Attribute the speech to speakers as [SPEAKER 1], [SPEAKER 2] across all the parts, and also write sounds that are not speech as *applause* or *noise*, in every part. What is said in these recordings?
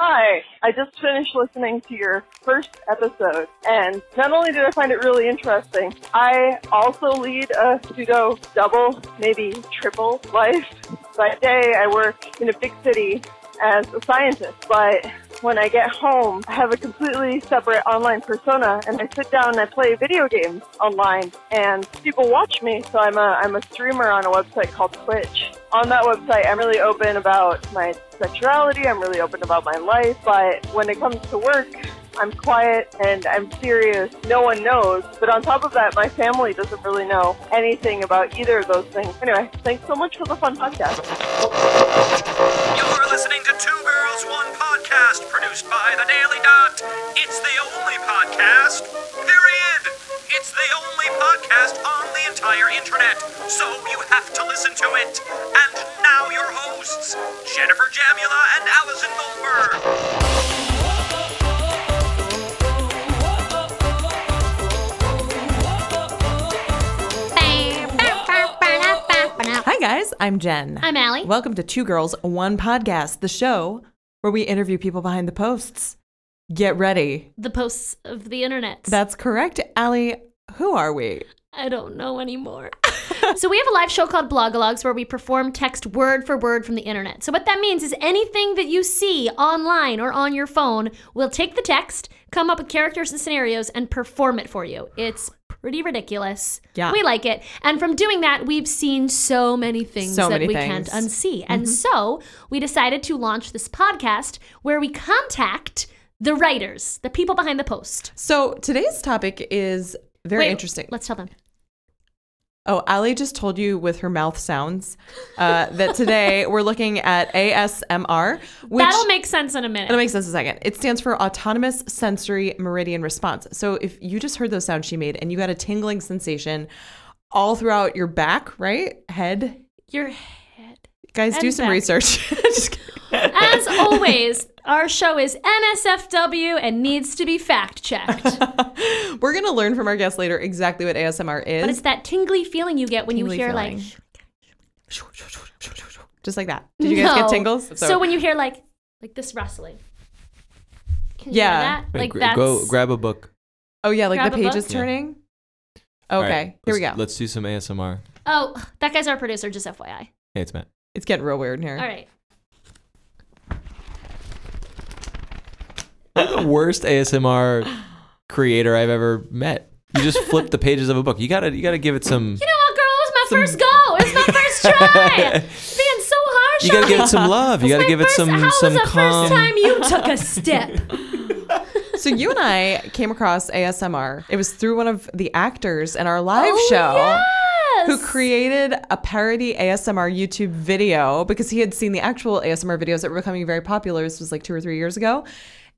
[SPEAKER 1] Hi, I just finished listening to your first episode, and not only did I find it really interesting, I also lead a pseudo double, maybe triple life. By day, I work in a big city as a scientist, but when I get home, I have a completely separate online persona, and I sit down and I play video games online, and people watch me. So I'm a I'm a streamer on a website called Twitch. On that website, I'm really open about my sexuality. I'm really open about my life, but when it comes to work. I'm quiet and I'm serious. No one knows. But on top of that, my family doesn't really know anything about either of those things. Anyway, thanks so much for the fun podcast.
[SPEAKER 2] You're listening to Two Girls One Podcast, produced by The Daily Dot. It's the only podcast, period. It's the only podcast on the entire internet, so you have to listen to it. And now your hosts, Jennifer Jamula and Allison Goldberg.
[SPEAKER 3] Hi, guys. I'm Jen.
[SPEAKER 4] I'm Allie.
[SPEAKER 3] Welcome to Two Girls, One Podcast, the show where we interview people behind the posts. Get ready.
[SPEAKER 4] the posts of the internet.
[SPEAKER 3] That's correct. Allie, who are we?
[SPEAKER 4] I don't know
[SPEAKER 3] *laughs*
[SPEAKER 4] anymore. so we have a live show called Blogalogs where we perform text word for word from the internet. So what that means is anything that you see online or on your phone, we'll take the text, come up with characters and scenarios, and perform it for you. It's pretty ridiculous.
[SPEAKER 3] Yeah.
[SPEAKER 4] We like it. And from doing that, we've seen so many things
[SPEAKER 3] So
[SPEAKER 4] that
[SPEAKER 3] many
[SPEAKER 4] we
[SPEAKER 3] things. Mm-hmm.
[SPEAKER 4] can't unsee. And so we decided to launch this podcast where we contact the writers, the people behind the post.
[SPEAKER 3] So today's topic is very
[SPEAKER 4] Wait,
[SPEAKER 3] interesting.
[SPEAKER 4] Let's tell them.
[SPEAKER 3] Oh, Allie just told you with her mouth sounds uh,
[SPEAKER 4] *laughs*
[SPEAKER 3] that today we're looking at ASMR, which
[SPEAKER 4] That'll make sense in a minute.
[SPEAKER 3] That makes sense a second. It stands for Autonomous Sensory Meridian Response. So if you just heard those sounds she made and you got a tingling sensation all throughout your back, right? Head.
[SPEAKER 4] Your head.
[SPEAKER 3] Guys, do
[SPEAKER 4] And
[SPEAKER 3] some
[SPEAKER 4] back.
[SPEAKER 3] research. *laughs* Just kidding. *laughs*
[SPEAKER 4] As always, our show is NSFW and needs to be fact
[SPEAKER 3] *laughs*
[SPEAKER 4] checked.
[SPEAKER 3] We're going to learn from our guests later exactly what ASMR
[SPEAKER 4] But it's
[SPEAKER 3] is.
[SPEAKER 4] that tingly feeling you get when
[SPEAKER 3] Tingly
[SPEAKER 4] you hear
[SPEAKER 3] feeling.
[SPEAKER 4] like.
[SPEAKER 3] Just like that. Did you guys
[SPEAKER 4] No.
[SPEAKER 3] get tingles?
[SPEAKER 4] So, when you hear like like this rustling. Can you
[SPEAKER 3] Yeah.
[SPEAKER 4] hear that? Like
[SPEAKER 5] Gra-
[SPEAKER 4] that's
[SPEAKER 5] go grab a book.
[SPEAKER 3] oh, yeah, like
[SPEAKER 4] grab
[SPEAKER 3] the
[SPEAKER 4] a
[SPEAKER 3] page
[SPEAKER 4] book?
[SPEAKER 3] is
[SPEAKER 5] Yeah.
[SPEAKER 3] turning.
[SPEAKER 5] All
[SPEAKER 3] Okay,
[SPEAKER 5] right,
[SPEAKER 3] here we go.
[SPEAKER 5] let's- Let's do some ASMR.
[SPEAKER 4] Oh, that guy's our producer, just FYI.
[SPEAKER 5] Hey, it's Matt.
[SPEAKER 3] It's getting real weird in here.
[SPEAKER 4] All right.
[SPEAKER 5] You're the
[SPEAKER 4] *gasps*
[SPEAKER 5] worst ASMR creator I've ever met. You just flip the pages of a book. You gotta, you gotta give it some.
[SPEAKER 4] You know what, girl? It was my first go. It was my
[SPEAKER 3] *laughs*
[SPEAKER 4] first try. Being so harsh
[SPEAKER 5] You gotta
[SPEAKER 4] on
[SPEAKER 5] give
[SPEAKER 4] me.
[SPEAKER 5] it some love. You
[SPEAKER 4] It's
[SPEAKER 5] gotta
[SPEAKER 4] my
[SPEAKER 5] give it
[SPEAKER 4] first-
[SPEAKER 5] some,
[SPEAKER 4] how was
[SPEAKER 5] some
[SPEAKER 4] the
[SPEAKER 5] calm.
[SPEAKER 4] first time you took a
[SPEAKER 3] *laughs*
[SPEAKER 4] step?
[SPEAKER 3] So you and I came across ASMR. It was through one of the actors in our live
[SPEAKER 4] Oh,
[SPEAKER 3] show.
[SPEAKER 4] yes.
[SPEAKER 3] who created a parody ASMR YouTube video because he had seen the actual ASMR videos that were becoming very popular. This was like two or three years ago.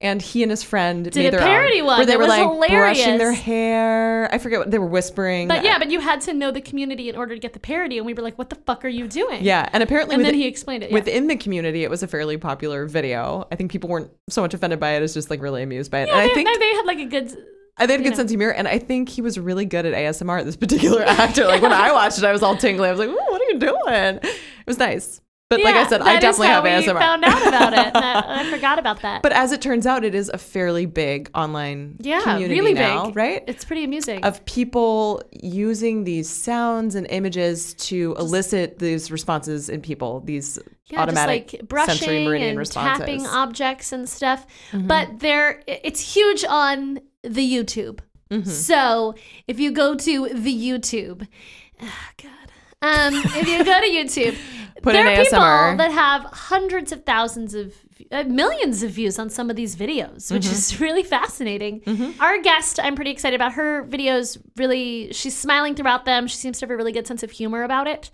[SPEAKER 3] And he and his friend did
[SPEAKER 4] a
[SPEAKER 3] made their
[SPEAKER 4] parody
[SPEAKER 3] own,
[SPEAKER 4] one
[SPEAKER 3] where they
[SPEAKER 4] that
[SPEAKER 3] were
[SPEAKER 4] was
[SPEAKER 3] like brushing
[SPEAKER 4] hilarious.
[SPEAKER 3] their hair. I forget what they were whispering.
[SPEAKER 4] But yeah, but you had to know the community in order to get the parody, and we were like, "What the fuck are you doing?"
[SPEAKER 3] yeah, and apparently
[SPEAKER 4] And then
[SPEAKER 3] within-
[SPEAKER 4] he explained it, yeah.
[SPEAKER 3] within the community. It was a fairly popular video. I think people weren't so much offended by it as just like really amused by it. and
[SPEAKER 4] they,
[SPEAKER 3] I think
[SPEAKER 4] they had like a good.
[SPEAKER 3] I they had a good
[SPEAKER 4] know.
[SPEAKER 3] sense of humor, and I think he was really good at ASMR. This *laughs* particular actor, like when I watched it, I was all tingly. I was like, "Ooh, what are you doing?" It was nice, but like I
[SPEAKER 4] Yeah,
[SPEAKER 3] said, I
[SPEAKER 4] that is
[SPEAKER 3] definitely
[SPEAKER 4] how
[SPEAKER 3] have ASMR.
[SPEAKER 4] We found out about it. and I,
[SPEAKER 3] *laughs*
[SPEAKER 4] I forgot about that.
[SPEAKER 3] But as it turns out, it is a fairly big online
[SPEAKER 4] yeah,
[SPEAKER 3] community
[SPEAKER 4] really
[SPEAKER 3] now,
[SPEAKER 4] big,
[SPEAKER 3] right?
[SPEAKER 4] It's pretty amusing.
[SPEAKER 3] of people using these sounds and images to elicit these responses in people, these
[SPEAKER 4] yeah,
[SPEAKER 3] automatic
[SPEAKER 4] just like brushing
[SPEAKER 3] sensory meridian
[SPEAKER 4] and
[SPEAKER 3] responses. Mm-hmm.
[SPEAKER 4] tapping objects and stuff. But there, it's huge on the YouTube.
[SPEAKER 3] Mm-hmm.
[SPEAKER 4] So if you go to the YouTube, ah, God. Um, if you go to YouTube,
[SPEAKER 3] *laughs* Put
[SPEAKER 4] there
[SPEAKER 3] in
[SPEAKER 4] are people
[SPEAKER 3] ASMR.
[SPEAKER 4] that have hundreds of thousands of uh, millions of views on some of these videos,
[SPEAKER 3] Mm-hmm.
[SPEAKER 4] which is *laughs* really fascinating. Our guest, I'm pretty excited about her videos. Really, she's smiling throughout them. She seems to have a really good sense of humor about it.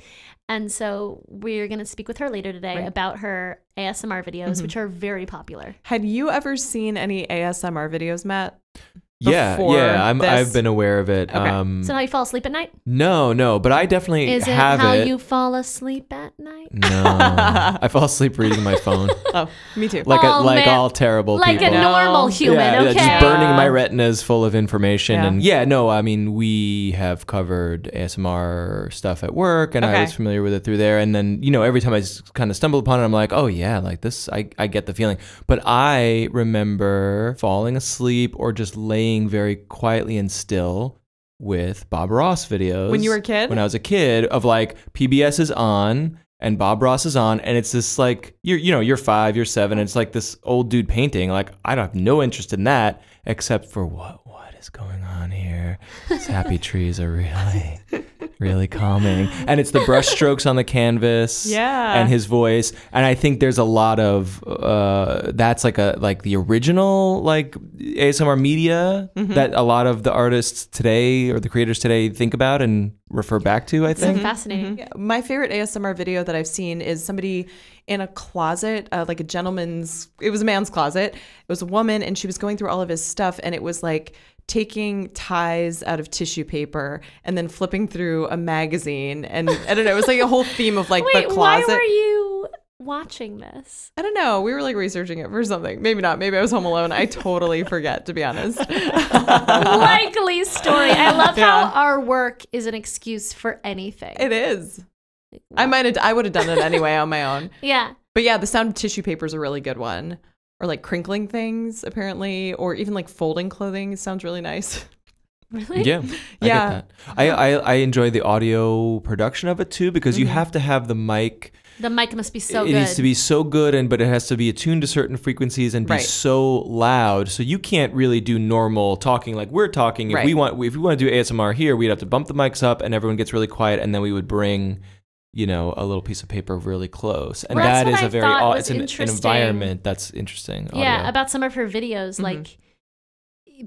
[SPEAKER 4] And so we're going to speak with her later today about her
[SPEAKER 3] Mm-hmm.
[SPEAKER 4] ASMR videos, which are very popular.
[SPEAKER 3] Had you ever seen any ASMR videos, Matt?
[SPEAKER 5] yeah,
[SPEAKER 3] before
[SPEAKER 5] yeah. I'm,
[SPEAKER 3] this?
[SPEAKER 5] I've been aware of it.
[SPEAKER 3] Okay.
[SPEAKER 5] Um,
[SPEAKER 4] So now you fall asleep at night?
[SPEAKER 5] no, no, but I definitely
[SPEAKER 4] Is it
[SPEAKER 5] have
[SPEAKER 4] how you fall asleep at night? *laughs*
[SPEAKER 5] no, I fall asleep reading my phone,
[SPEAKER 3] Oh, me too.
[SPEAKER 5] like
[SPEAKER 4] Oh,
[SPEAKER 5] a, like
[SPEAKER 4] man.
[SPEAKER 5] all terrible
[SPEAKER 4] Like
[SPEAKER 5] people.
[SPEAKER 4] a normal
[SPEAKER 3] No.
[SPEAKER 4] human,
[SPEAKER 5] yeah, yeah,
[SPEAKER 4] okay?
[SPEAKER 5] just burning my retinas full of information.
[SPEAKER 3] Yeah.
[SPEAKER 5] And yeah, no, I mean, we have covered ASMR stuff at work, and
[SPEAKER 3] Okay.
[SPEAKER 5] I was familiar with it through there. And then, you know, every time I kind of stumble upon it, I'm like, oh, yeah, like this, I, I get the feeling. But I remember falling asleep or just laying very quietly and still with Bob Ross videos.
[SPEAKER 3] When you were a kid?
[SPEAKER 5] When I was a kid, of like PBS is on. And Bob Ross is on, and it's this like you're you know you're five, you're seven, and it's like this old dude painting. Like I don't have no interest in that except for what what is going on here.
[SPEAKER 3] *laughs*
[SPEAKER 5] These happy trees are really really calming, and it's the brush strokes on the canvas,
[SPEAKER 3] Yeah.
[SPEAKER 5] and his voice, and I think there's a lot of uh, that's like a like the original like ASMR media that a lot of the artists today or the creators today think about and refer back to. I
[SPEAKER 4] So
[SPEAKER 3] Mm-hmm.
[SPEAKER 5] think.
[SPEAKER 4] fascinating.
[SPEAKER 3] My favorite ASMR video that I've seen is somebody in a closet, uh, like a gentleman's, it was a man's closet. It was a woman, and she was going through all of his stuff, and it was like taking ties out of tissue paper and then flipping through a magazine. And I don't know, it was like a whole theme of like
[SPEAKER 4] Wait,
[SPEAKER 3] the
[SPEAKER 4] why
[SPEAKER 3] closet.
[SPEAKER 4] were you watching this?
[SPEAKER 3] I don't know. We were like researching it for something. Maybe not. Maybe I was home alone. I totally forget, to be honest. *laughs*
[SPEAKER 5] Uh-huh.
[SPEAKER 4] Likely story. I
[SPEAKER 5] *laughs*
[SPEAKER 4] love
[SPEAKER 3] Yeah.
[SPEAKER 4] how our work is an excuse for anything.
[SPEAKER 3] it is. I might have, I would have done it anyway on my own.
[SPEAKER 4] yeah.
[SPEAKER 3] But yeah, the sound of tissue paper is a really good one. Or like crinkling things, apparently, or even like folding clothing sounds really nice. *laughs*
[SPEAKER 4] Really?
[SPEAKER 5] Yeah. I
[SPEAKER 3] Yeah.
[SPEAKER 5] Get that. I, I, I enjoy the audio production of it too because you have to have the mic.
[SPEAKER 4] The mic must be so
[SPEAKER 5] it
[SPEAKER 4] good.
[SPEAKER 5] needs to be so good, and but it has to be attuned to certain frequencies and be
[SPEAKER 3] Right.
[SPEAKER 5] so loud. So you can't really do normal talking like we're talking. If
[SPEAKER 3] Right.
[SPEAKER 5] we want, if we want to do ASMR here, we'd have to bump the mics up, and everyone gets really quiet, and then we would bring, you know, a little piece of paper really close, and
[SPEAKER 4] Well, that's
[SPEAKER 5] that
[SPEAKER 4] what
[SPEAKER 5] is a
[SPEAKER 4] I
[SPEAKER 5] very
[SPEAKER 4] thought
[SPEAKER 5] au-
[SPEAKER 4] was
[SPEAKER 5] it's an, an
[SPEAKER 4] interesting.
[SPEAKER 5] environment that's interesting.
[SPEAKER 4] Yeah,
[SPEAKER 5] audio.
[SPEAKER 4] about some of her videos,
[SPEAKER 5] Mm-hmm.
[SPEAKER 4] like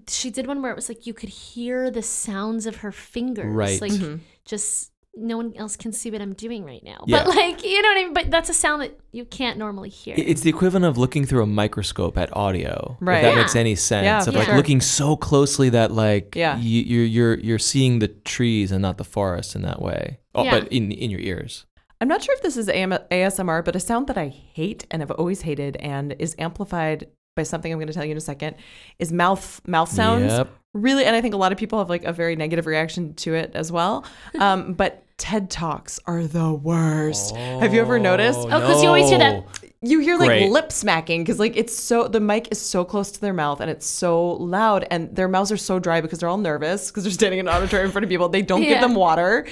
[SPEAKER 4] she did one where it was like you could hear the sounds of her fingers,
[SPEAKER 5] Right. Mm-hmm.
[SPEAKER 4] Like just no one else can see what I'm doing right now.
[SPEAKER 5] Yeah.
[SPEAKER 4] But like you know what I mean. But that's a sound that you can't normally hear.
[SPEAKER 5] It- It's the equivalent of looking through a microscope at audio.
[SPEAKER 3] Right.
[SPEAKER 5] If that
[SPEAKER 3] Yeah.
[SPEAKER 5] makes any sense.
[SPEAKER 3] Yeah,
[SPEAKER 5] of
[SPEAKER 3] for
[SPEAKER 5] like
[SPEAKER 3] sure.
[SPEAKER 5] looking so closely that like
[SPEAKER 3] Yeah.
[SPEAKER 5] you, you're you're you're seeing the trees and not the forest in that way. Oh,
[SPEAKER 4] Yeah.
[SPEAKER 5] but in in your ears.
[SPEAKER 3] I'm not sure if this is AM- ASMR, but a sound that I hate and have always hated and is amplified by something I'm going to tell you in a second is mouth mouth sounds.
[SPEAKER 5] Yep.
[SPEAKER 3] Really, and I think a lot of people have like a very negative reaction to it as well. Um, but TED talks are the worst. have you ever noticed?
[SPEAKER 4] Oh, 'cause you always hear that-
[SPEAKER 3] you hear like
[SPEAKER 5] Great.
[SPEAKER 3] lip smacking because like it's so the mic is so close to their mouth and it's so loud and their mouths are so dry because they're all nervous because they're standing in an auditorium in front of people they don't
[SPEAKER 4] Yeah.
[SPEAKER 3] give them water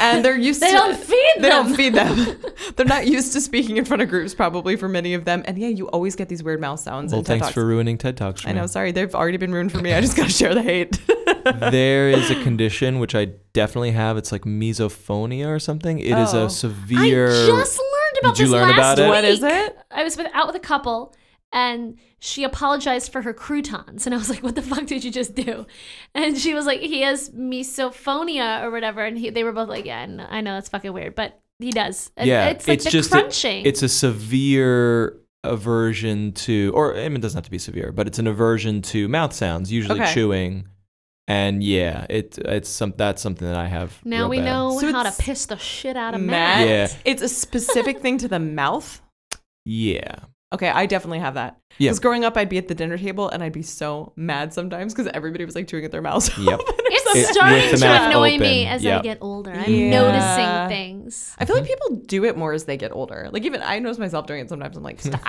[SPEAKER 3] and they're
[SPEAKER 4] *laughs*
[SPEAKER 3] used
[SPEAKER 4] They
[SPEAKER 3] to
[SPEAKER 4] don't feed
[SPEAKER 3] they
[SPEAKER 4] them.
[SPEAKER 3] don't
[SPEAKER 4] *laughs*
[SPEAKER 3] feed them *laughs* they're not used to speaking in front of groups probably for many of them and yeah you always get these weird mouth sounds
[SPEAKER 5] Well,
[SPEAKER 3] and TED
[SPEAKER 5] thanks
[SPEAKER 3] Talks.
[SPEAKER 5] for ruining TED Talks. For
[SPEAKER 3] I
[SPEAKER 5] me.
[SPEAKER 3] know sorry they've already been ruined for me I just gotta share the
[SPEAKER 5] *laughs*
[SPEAKER 3] hate *laughs*
[SPEAKER 5] there is a condition which I definitely have. It's like misophonia or something. It is
[SPEAKER 3] Oh. I
[SPEAKER 5] a severe.
[SPEAKER 4] I just learned about
[SPEAKER 5] Did you
[SPEAKER 4] this last
[SPEAKER 5] learn about it?
[SPEAKER 4] week.
[SPEAKER 3] What is it?
[SPEAKER 4] I was with, out with a couple, and she apologized for her croutons, and I was like, "What the fuck did you just do?" And she was like, "He has misophonia or whatever," and he, they were both like, "Yeah, I know, I know that's fucking weird, but he does." And
[SPEAKER 5] yeah,
[SPEAKER 4] it's like the
[SPEAKER 5] just a-
[SPEAKER 4] crunching.
[SPEAKER 5] it's a severe aversion to, or I mean, it doesn't have to be severe, but it's an aversion to mouth sounds, usually
[SPEAKER 3] Okay.
[SPEAKER 5] chewing, and yeah, it it's some that's something that I have.
[SPEAKER 4] now
[SPEAKER 5] real
[SPEAKER 4] we
[SPEAKER 5] bad.
[SPEAKER 4] know
[SPEAKER 3] So
[SPEAKER 4] how to
[SPEAKER 3] it's-
[SPEAKER 4] piss the shit out of Matt.
[SPEAKER 3] Matt
[SPEAKER 5] Yeah.
[SPEAKER 3] it's a specific thing to the mouth
[SPEAKER 5] Yeah,
[SPEAKER 3] Okay, I definitely have that.
[SPEAKER 5] Yeah.
[SPEAKER 3] Because growing up, I'd be at the dinner table and I'd be so mad sometimes because everybody was like chewing at their mouths. *laughs*
[SPEAKER 5] Yep.
[SPEAKER 3] open or
[SPEAKER 4] It's
[SPEAKER 3] something.
[SPEAKER 5] It-
[SPEAKER 4] starting
[SPEAKER 5] with the
[SPEAKER 4] to
[SPEAKER 5] mouth
[SPEAKER 4] annoy
[SPEAKER 5] open,
[SPEAKER 4] me as I
[SPEAKER 5] yeah.
[SPEAKER 4] get older. I'm
[SPEAKER 3] Yeah.
[SPEAKER 4] noticing things.
[SPEAKER 3] I feel
[SPEAKER 5] Mm-hmm.
[SPEAKER 3] like people do it more as they get older. Like even I notice myself doing it sometimes. I'm
[SPEAKER 5] *laughs*
[SPEAKER 3] like, stop,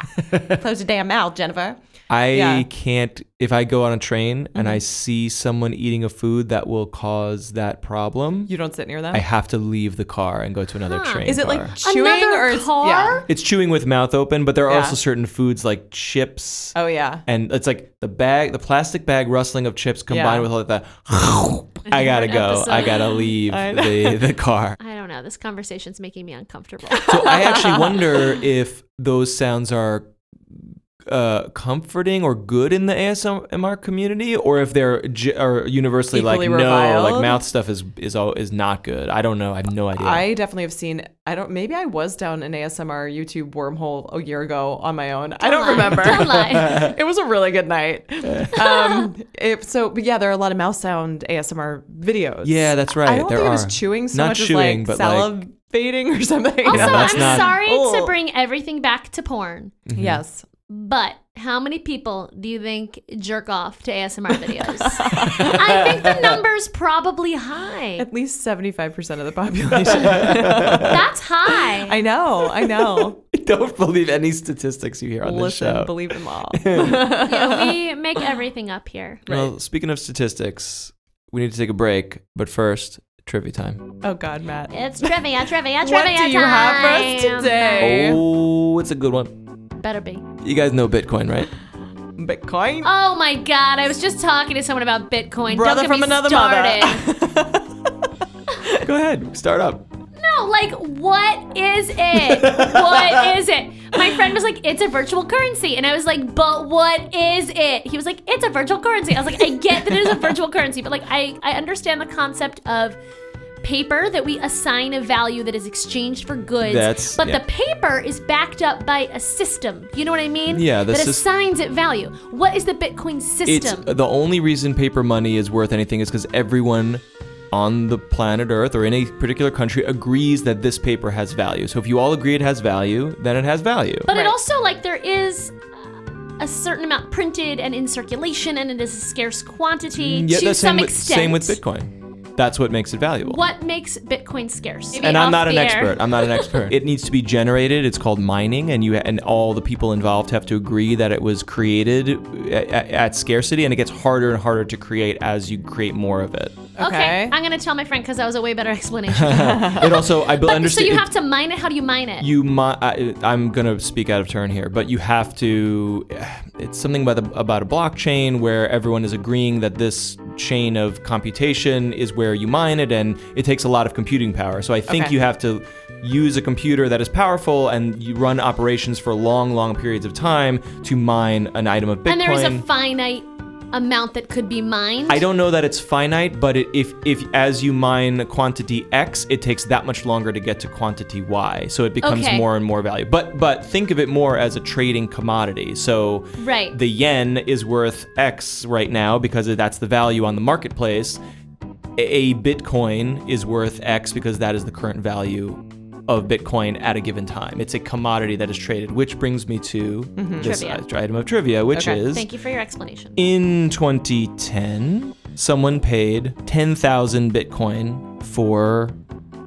[SPEAKER 3] close your damn mouth, Jennifer.
[SPEAKER 5] I
[SPEAKER 3] Yeah.
[SPEAKER 5] can't. If I go on a train and
[SPEAKER 4] Mm-hmm.
[SPEAKER 5] I see someone eating a food that will cause that problem,
[SPEAKER 3] You don't sit near them.
[SPEAKER 5] I have to leave the car and go to another train.
[SPEAKER 3] Is it
[SPEAKER 5] car.
[SPEAKER 3] like chewing
[SPEAKER 4] Another
[SPEAKER 3] or is-
[SPEAKER 4] car?
[SPEAKER 3] Yeah.
[SPEAKER 5] It's chewing with mouth open, but there are
[SPEAKER 3] Yeah.
[SPEAKER 5] also certain foods like chips.
[SPEAKER 3] Oh yeah.
[SPEAKER 5] and it's like the bag, the plastic bag rustling of chips combined
[SPEAKER 3] Yeah.
[SPEAKER 5] with all of that. *laughs* I gotta go. I
[SPEAKER 4] episode.
[SPEAKER 3] *laughs*
[SPEAKER 5] gotta leave the, the car.
[SPEAKER 4] I don't know. This
[SPEAKER 3] *laughs*
[SPEAKER 4] conversation's making me uncomfortable.
[SPEAKER 5] So I actually wonder if those sounds are uh, comforting or good in the ASMR community, or if they're j- are universally
[SPEAKER 3] Equally
[SPEAKER 5] like no,
[SPEAKER 3] reviled?
[SPEAKER 5] like mouth stuff is is all, is not good. I don't know. I have no idea.
[SPEAKER 3] I definitely have seen. I don't. Maybe I was down an ASMR YouTube wormhole a year ago on my own. I don't
[SPEAKER 4] lie. *laughs*
[SPEAKER 3] remember.
[SPEAKER 4] Don't
[SPEAKER 5] *laughs*
[SPEAKER 4] lie.
[SPEAKER 3] *laughs* it was a really good night. um, it, so, but yeah, there are a lot of mouth sound ASMR videos.
[SPEAKER 5] yeah, that's right.
[SPEAKER 3] I don't
[SPEAKER 5] there
[SPEAKER 3] think
[SPEAKER 5] are.
[SPEAKER 3] it was chewing so
[SPEAKER 5] not
[SPEAKER 3] much
[SPEAKER 5] chewing,
[SPEAKER 3] as like
[SPEAKER 5] but like *laughs*
[SPEAKER 3] salivating or something.
[SPEAKER 4] Also,
[SPEAKER 5] that's
[SPEAKER 4] I'm
[SPEAKER 5] not-
[SPEAKER 4] sorry
[SPEAKER 3] Oh.
[SPEAKER 4] to bring everything back to porn,
[SPEAKER 3] *laughs* yes.
[SPEAKER 4] but how many people do you think jerk off to ASMR
[SPEAKER 3] *laughs*
[SPEAKER 4] videos? I think the number's probably high.
[SPEAKER 3] At least 75% of the *laughs* population.
[SPEAKER 4] That's high.
[SPEAKER 3] I know. I know.
[SPEAKER 5] I don't believe any statistics you hear on this
[SPEAKER 3] Listen,
[SPEAKER 5] show.
[SPEAKER 3] believe them all.
[SPEAKER 5] *laughs*
[SPEAKER 4] yeah, we make everything up here.
[SPEAKER 5] Well, speaking of statistics, we need to take a break, but first, trivia time.
[SPEAKER 3] oh, God, Matt. *laughs*
[SPEAKER 4] It's trivia, trivia, trivia
[SPEAKER 3] what do you have for
[SPEAKER 4] time.
[SPEAKER 3] us today?
[SPEAKER 5] Oh, it's a good one.
[SPEAKER 4] Better be.
[SPEAKER 5] You guys know Bitcoin,
[SPEAKER 4] *laughs*
[SPEAKER 5] right?
[SPEAKER 3] Bitcoin.
[SPEAKER 4] Oh my God! I was just talking to someone about Bitcoin.
[SPEAKER 3] Brother
[SPEAKER 4] Don't get
[SPEAKER 3] from
[SPEAKER 4] me
[SPEAKER 3] another
[SPEAKER 4] started.
[SPEAKER 3] *laughs* mother.
[SPEAKER 5] Go ahead, start up.
[SPEAKER 4] No, like, what is it?
[SPEAKER 5] *laughs*
[SPEAKER 4] what is it? My friend was like, it's a virtual currency. And I was like, but what is it? He was like, it's a virtual currency. I was like, I get that it is a virtual currency, but like, I, I understand the concept of paper that we assign a value that is exchanged for goods.
[SPEAKER 5] That's-
[SPEAKER 4] but
[SPEAKER 5] yeah.
[SPEAKER 4] the paper is backed up by a system. You know what I mean?
[SPEAKER 5] Yeah, the
[SPEAKER 4] that
[SPEAKER 5] sys-
[SPEAKER 4] assigns it value. What is the Bitcoin
[SPEAKER 5] It's
[SPEAKER 4] system?
[SPEAKER 5] the only reason paper money is worth anything is because everyone on the planet Earth or any particular country agrees that this paper has value. So if you all agree it has value, then it has value.
[SPEAKER 4] But it also like there is uh, a certain amount printed and in circulation, and it is a scarce quantity
[SPEAKER 5] Yet
[SPEAKER 4] to
[SPEAKER 5] Mm,
[SPEAKER 4] some
[SPEAKER 5] the same with,
[SPEAKER 4] extent.
[SPEAKER 5] same with Bitcoin. That's what makes it valuable.
[SPEAKER 4] What makes Bitcoin scarce?
[SPEAKER 5] and I'm not an
[SPEAKER 4] Off the air.
[SPEAKER 5] expert. I'm not an expert. *laughs* it needs to be generated. It's called mining, and you and all the people involved have to agree that it was created at, at scarcity, and it gets harder and harder to create as you create more of it.
[SPEAKER 4] Oh, okay.
[SPEAKER 3] Okay.
[SPEAKER 4] I'm gonna tell my friend because that was a way better *laughs* explanation.
[SPEAKER 5] *laughs* It also, I
[SPEAKER 4] Uh-huh. But- so
[SPEAKER 5] understand.
[SPEAKER 4] you
[SPEAKER 5] it-
[SPEAKER 4] have to mine it. How do you mine it?
[SPEAKER 5] you mi- I, I'm gonna speak out of turn here, but you have to. It's something about the, about a blockchain where everyone is agreeing that this chain of computation is where you mine it, and it takes a lot of computing power. So I think
[SPEAKER 3] Okay.
[SPEAKER 5] you have to use a computer that is powerful, and you run operations for long, long periods of time to mine an item of Bitcoin.
[SPEAKER 4] and there is a finite amount that could be mined.
[SPEAKER 5] I don't know that it's finite, but it, if if as you mine quantity X, it takes that much longer to get to quantity Y, so it becomes
[SPEAKER 4] Okay.
[SPEAKER 5] more and more value. But but think of it more as a trading commodity. So
[SPEAKER 4] Right.
[SPEAKER 5] the yen is worth X right now because that's the value on the marketplace. A a Bitcoin is worth X because that is the current value of Bitcoin at a given time. It's a commodity that is traded, which brings me to this
[SPEAKER 4] Mm-hmm. Trivia.
[SPEAKER 5] item of trivia, which
[SPEAKER 3] Okay.
[SPEAKER 5] is
[SPEAKER 4] Thank you for your explanation.
[SPEAKER 5] in 2010, someone paid 10,000 Bitcoin for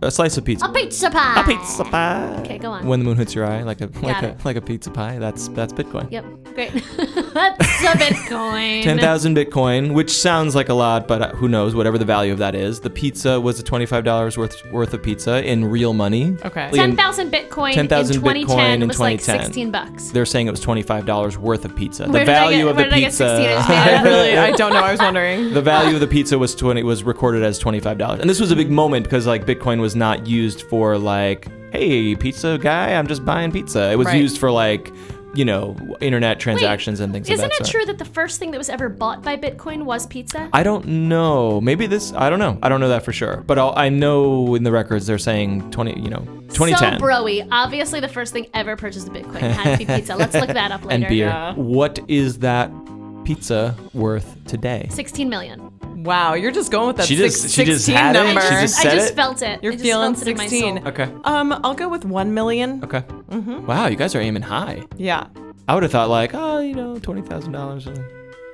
[SPEAKER 5] a slice of pizza.
[SPEAKER 4] A pizza pie.
[SPEAKER 5] A pizza pie.
[SPEAKER 4] Okay, go on.
[SPEAKER 5] When the moon hits your eye, like a like a,
[SPEAKER 4] it.
[SPEAKER 5] like a pizza pie. That's that's Bitcoin.
[SPEAKER 4] Yep. Great. *laughs* That's
[SPEAKER 5] *laughs*
[SPEAKER 4] a Bitcoin.
[SPEAKER 5] 10,000 Bitcoin, which sounds like a lot, but uh, who knows, whatever the value of that is. The pizza was a $25 worth, worth of pizza in real money.
[SPEAKER 3] Okay.
[SPEAKER 5] Liam,
[SPEAKER 4] Ten thousand Bitcoin
[SPEAKER 5] 10,000
[SPEAKER 4] in
[SPEAKER 5] Bitcoin
[SPEAKER 4] 2010
[SPEAKER 5] in
[SPEAKER 4] was like
[SPEAKER 5] 2010.
[SPEAKER 4] sixteen bucks.
[SPEAKER 5] They're saying it was $25 worth of pizza. The
[SPEAKER 4] Where did I
[SPEAKER 5] value
[SPEAKER 4] get-
[SPEAKER 5] of the
[SPEAKER 4] where did I get
[SPEAKER 5] pizza.
[SPEAKER 4] 16? I just made it
[SPEAKER 5] *laughs*
[SPEAKER 3] I really, I don't know. I was wondering.
[SPEAKER 5] the value of the pizza was 20 was recorded as $25 and this was a big moment because like bitcoin was not used for like hey pizza guy i'm just buying pizza it was
[SPEAKER 3] Right.
[SPEAKER 5] used for like you know internet transactions and things
[SPEAKER 4] Isn't
[SPEAKER 5] of that
[SPEAKER 4] it
[SPEAKER 5] sort.
[SPEAKER 4] true that the first thing that was ever bought by Bitcoin was pizza?
[SPEAKER 5] I don't know. Maybe this. I don't know. I don't know that for sure. But I'll, I know in the records they're saying twenty. You know, twenty ten.
[SPEAKER 4] So broy. Obviously, the first thing ever purchased with Bitcoin had
[SPEAKER 5] *laughs*
[SPEAKER 4] to be pizza. Let's look that up later.
[SPEAKER 5] and beer.
[SPEAKER 3] Yeah.
[SPEAKER 5] What is that pizza worth today?
[SPEAKER 4] Sixteen million.
[SPEAKER 3] Wow, you're just going with that
[SPEAKER 5] She
[SPEAKER 3] six,
[SPEAKER 5] just- she just
[SPEAKER 3] 16
[SPEAKER 5] had it.
[SPEAKER 3] number.
[SPEAKER 5] She just
[SPEAKER 4] I
[SPEAKER 5] said
[SPEAKER 4] just
[SPEAKER 5] it?
[SPEAKER 4] felt it.
[SPEAKER 3] You're
[SPEAKER 4] I just
[SPEAKER 3] feeling
[SPEAKER 4] felt it in my soul.
[SPEAKER 3] 16.
[SPEAKER 5] Okay.
[SPEAKER 3] Um, I'll go with 1 million.
[SPEAKER 5] Okay.
[SPEAKER 4] Mm-hmm.
[SPEAKER 5] Wow, you guys are aiming high.
[SPEAKER 3] Yeah.
[SPEAKER 5] I would have thought like, oh, you know, twenty thousand dollars. uh,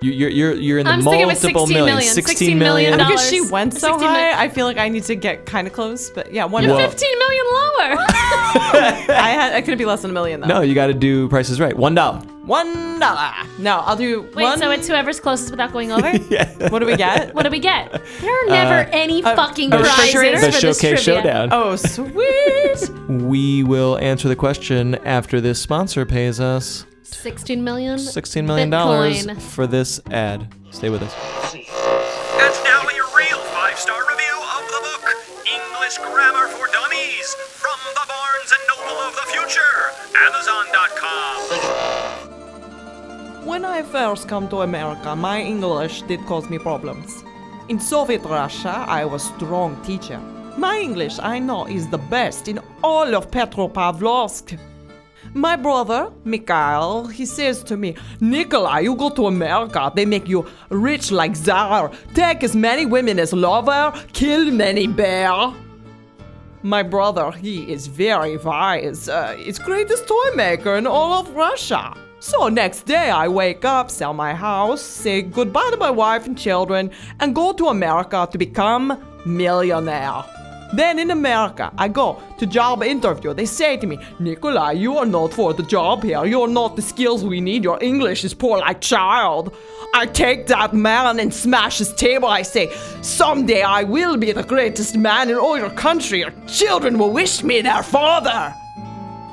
[SPEAKER 5] You, you're you're you're in the
[SPEAKER 4] I'm sticking with
[SPEAKER 5] multiple
[SPEAKER 4] 16
[SPEAKER 5] millions.
[SPEAKER 4] million,
[SPEAKER 5] 16
[SPEAKER 4] 16
[SPEAKER 5] million.
[SPEAKER 4] million
[SPEAKER 5] dollars.
[SPEAKER 3] Because she
[SPEAKER 4] Dollars.
[SPEAKER 3] went so
[SPEAKER 4] 16
[SPEAKER 3] high,
[SPEAKER 4] mil-
[SPEAKER 3] I feel like I need to get kind of close. But yeah, 1
[SPEAKER 5] Whoa.
[SPEAKER 3] million.
[SPEAKER 4] Fifteen million
[SPEAKER 3] *laughs*
[SPEAKER 4] lower.
[SPEAKER 3] I had I couldn't be less than a million though.
[SPEAKER 5] No, you got to do prices right. One dollar.
[SPEAKER 3] One dollar. No, I'll do
[SPEAKER 4] Wait,
[SPEAKER 3] one.
[SPEAKER 4] so it's whoever's closest without going
[SPEAKER 5] *laughs*
[SPEAKER 4] over.
[SPEAKER 3] what do we get?
[SPEAKER 4] What do we get? There are never any fucking
[SPEAKER 3] a
[SPEAKER 4] prizes for
[SPEAKER 3] refrigerator?
[SPEAKER 5] Uh, The
[SPEAKER 4] this
[SPEAKER 5] showcase
[SPEAKER 4] trivia.
[SPEAKER 5] showdown.
[SPEAKER 3] Oh, sweet.
[SPEAKER 5] We will answer the question after this sponsor pays us
[SPEAKER 4] Sixteen million.
[SPEAKER 5] sixteen million dollars
[SPEAKER 4] Bitcoin.
[SPEAKER 5] for this ad. Stay with us.
[SPEAKER 2] And now a real five-star review of the book, English Grammar for Dummies, from the Barnes and Noble of the future, Amazon.com.
[SPEAKER 3] When I first come to America, my English did cause me problems. In Soviet Russia, I was strong teacher. My English, I know, is the best in all of Petropavlovsk. My brother, Mikhail, he says to me, Nikolai, you go to America, they make you rich like czar, take as many women as lover, kill many bear. My brother, he is very wise. Uh, is greatest toy maker in all of Russia. So next day I wake up, sell my house, say goodbye to my wife and children, and go to America to become millionaire. Then in America, I go to job interview. They say to me, Nikolai, you are not for the job here. You are not the skills we need. Your English is poor like child. I take that man and smash his table. I say, someday I will be the greatest man in all your country. Your children will wish me their father.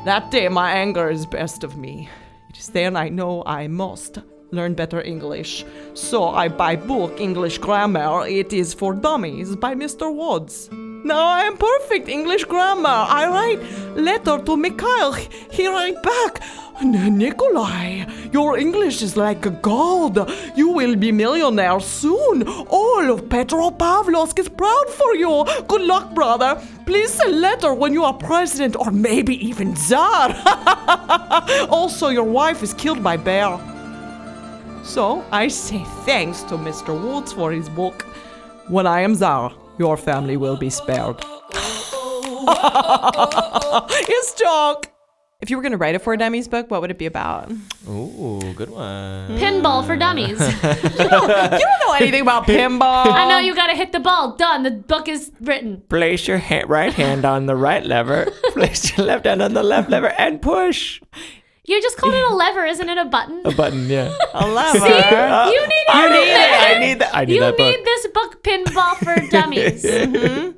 [SPEAKER 3] That day, my anger is best of me. It is then I know I must learn better English. So I buy book English Grammar. It is for Dummies by Mr. Woods. Now I am perfect English grammar. I write letter to Mikhail. He- He write back. "N- Nikolai, your English is like gold. You will be millionaire soon. All of Petropavlovsk is proud for you. Good luck, brother. Please send letter when you are president or maybe even czar. *laughs* also, your wife is killed by bear. So I say thanks to Mr. Woods for his book. When I am czar, your family will be spared. *laughs* it's joke.
[SPEAKER 6] If you were going to write a Four Dummies book, what would it be about? *laughs* You
[SPEAKER 5] Ooh, good one.
[SPEAKER 4] Pinball for
[SPEAKER 5] *laughs*
[SPEAKER 4] dummies.
[SPEAKER 6] don't know anything about *laughs* pinball.
[SPEAKER 4] I know you gotta hit the ball. Done. The book is written.
[SPEAKER 5] Place your ha- right hand on the right lever.
[SPEAKER 4] *laughs*
[SPEAKER 5] Place your left hand on the left lever and push
[SPEAKER 4] You just called
[SPEAKER 5] *laughs*
[SPEAKER 4] it a lever, isn't it? A button.
[SPEAKER 5] a button. Yeah.
[SPEAKER 4] See, you need
[SPEAKER 5] Uh, I need
[SPEAKER 4] everything.
[SPEAKER 5] it. I need that. I need
[SPEAKER 4] You
[SPEAKER 5] that book.
[SPEAKER 4] need this book, Pinball
[SPEAKER 5] *laughs*
[SPEAKER 4] for Dummies.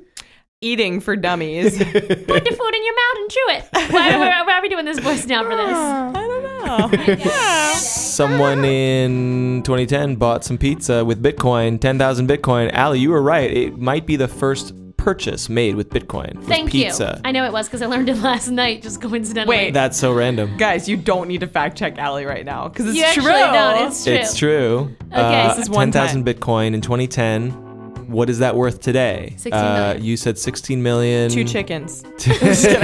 [SPEAKER 6] Eating for dummies. *laughs* I
[SPEAKER 4] Put the food in your mouth and chew it. Why, why, why are we doing this voice now for
[SPEAKER 5] Ah.
[SPEAKER 4] this?
[SPEAKER 6] don't know.
[SPEAKER 5] Someone in 2010 bought some pizza with Bitcoin, 10,000 Bitcoin. Allie, you were right. It might be the first purchase made with Bitcoin. was
[SPEAKER 4] Thank
[SPEAKER 5] pizza.
[SPEAKER 4] you. I know it was because I learned it last night, just coincidentally.
[SPEAKER 6] Wait,
[SPEAKER 5] That's so random.
[SPEAKER 6] *laughs* Guys, you don't need to fact check Allie right now because it's
[SPEAKER 4] you actually
[SPEAKER 6] true.
[SPEAKER 4] don't. It's true.
[SPEAKER 5] It's true. Okay,
[SPEAKER 4] this
[SPEAKER 6] is one
[SPEAKER 5] 10,000 Bitcoin in 2010. What is that worth today?
[SPEAKER 4] 16
[SPEAKER 5] Uh,
[SPEAKER 4] million.
[SPEAKER 5] you said 16 million.
[SPEAKER 6] Two *laughs* chickens. Just kidding.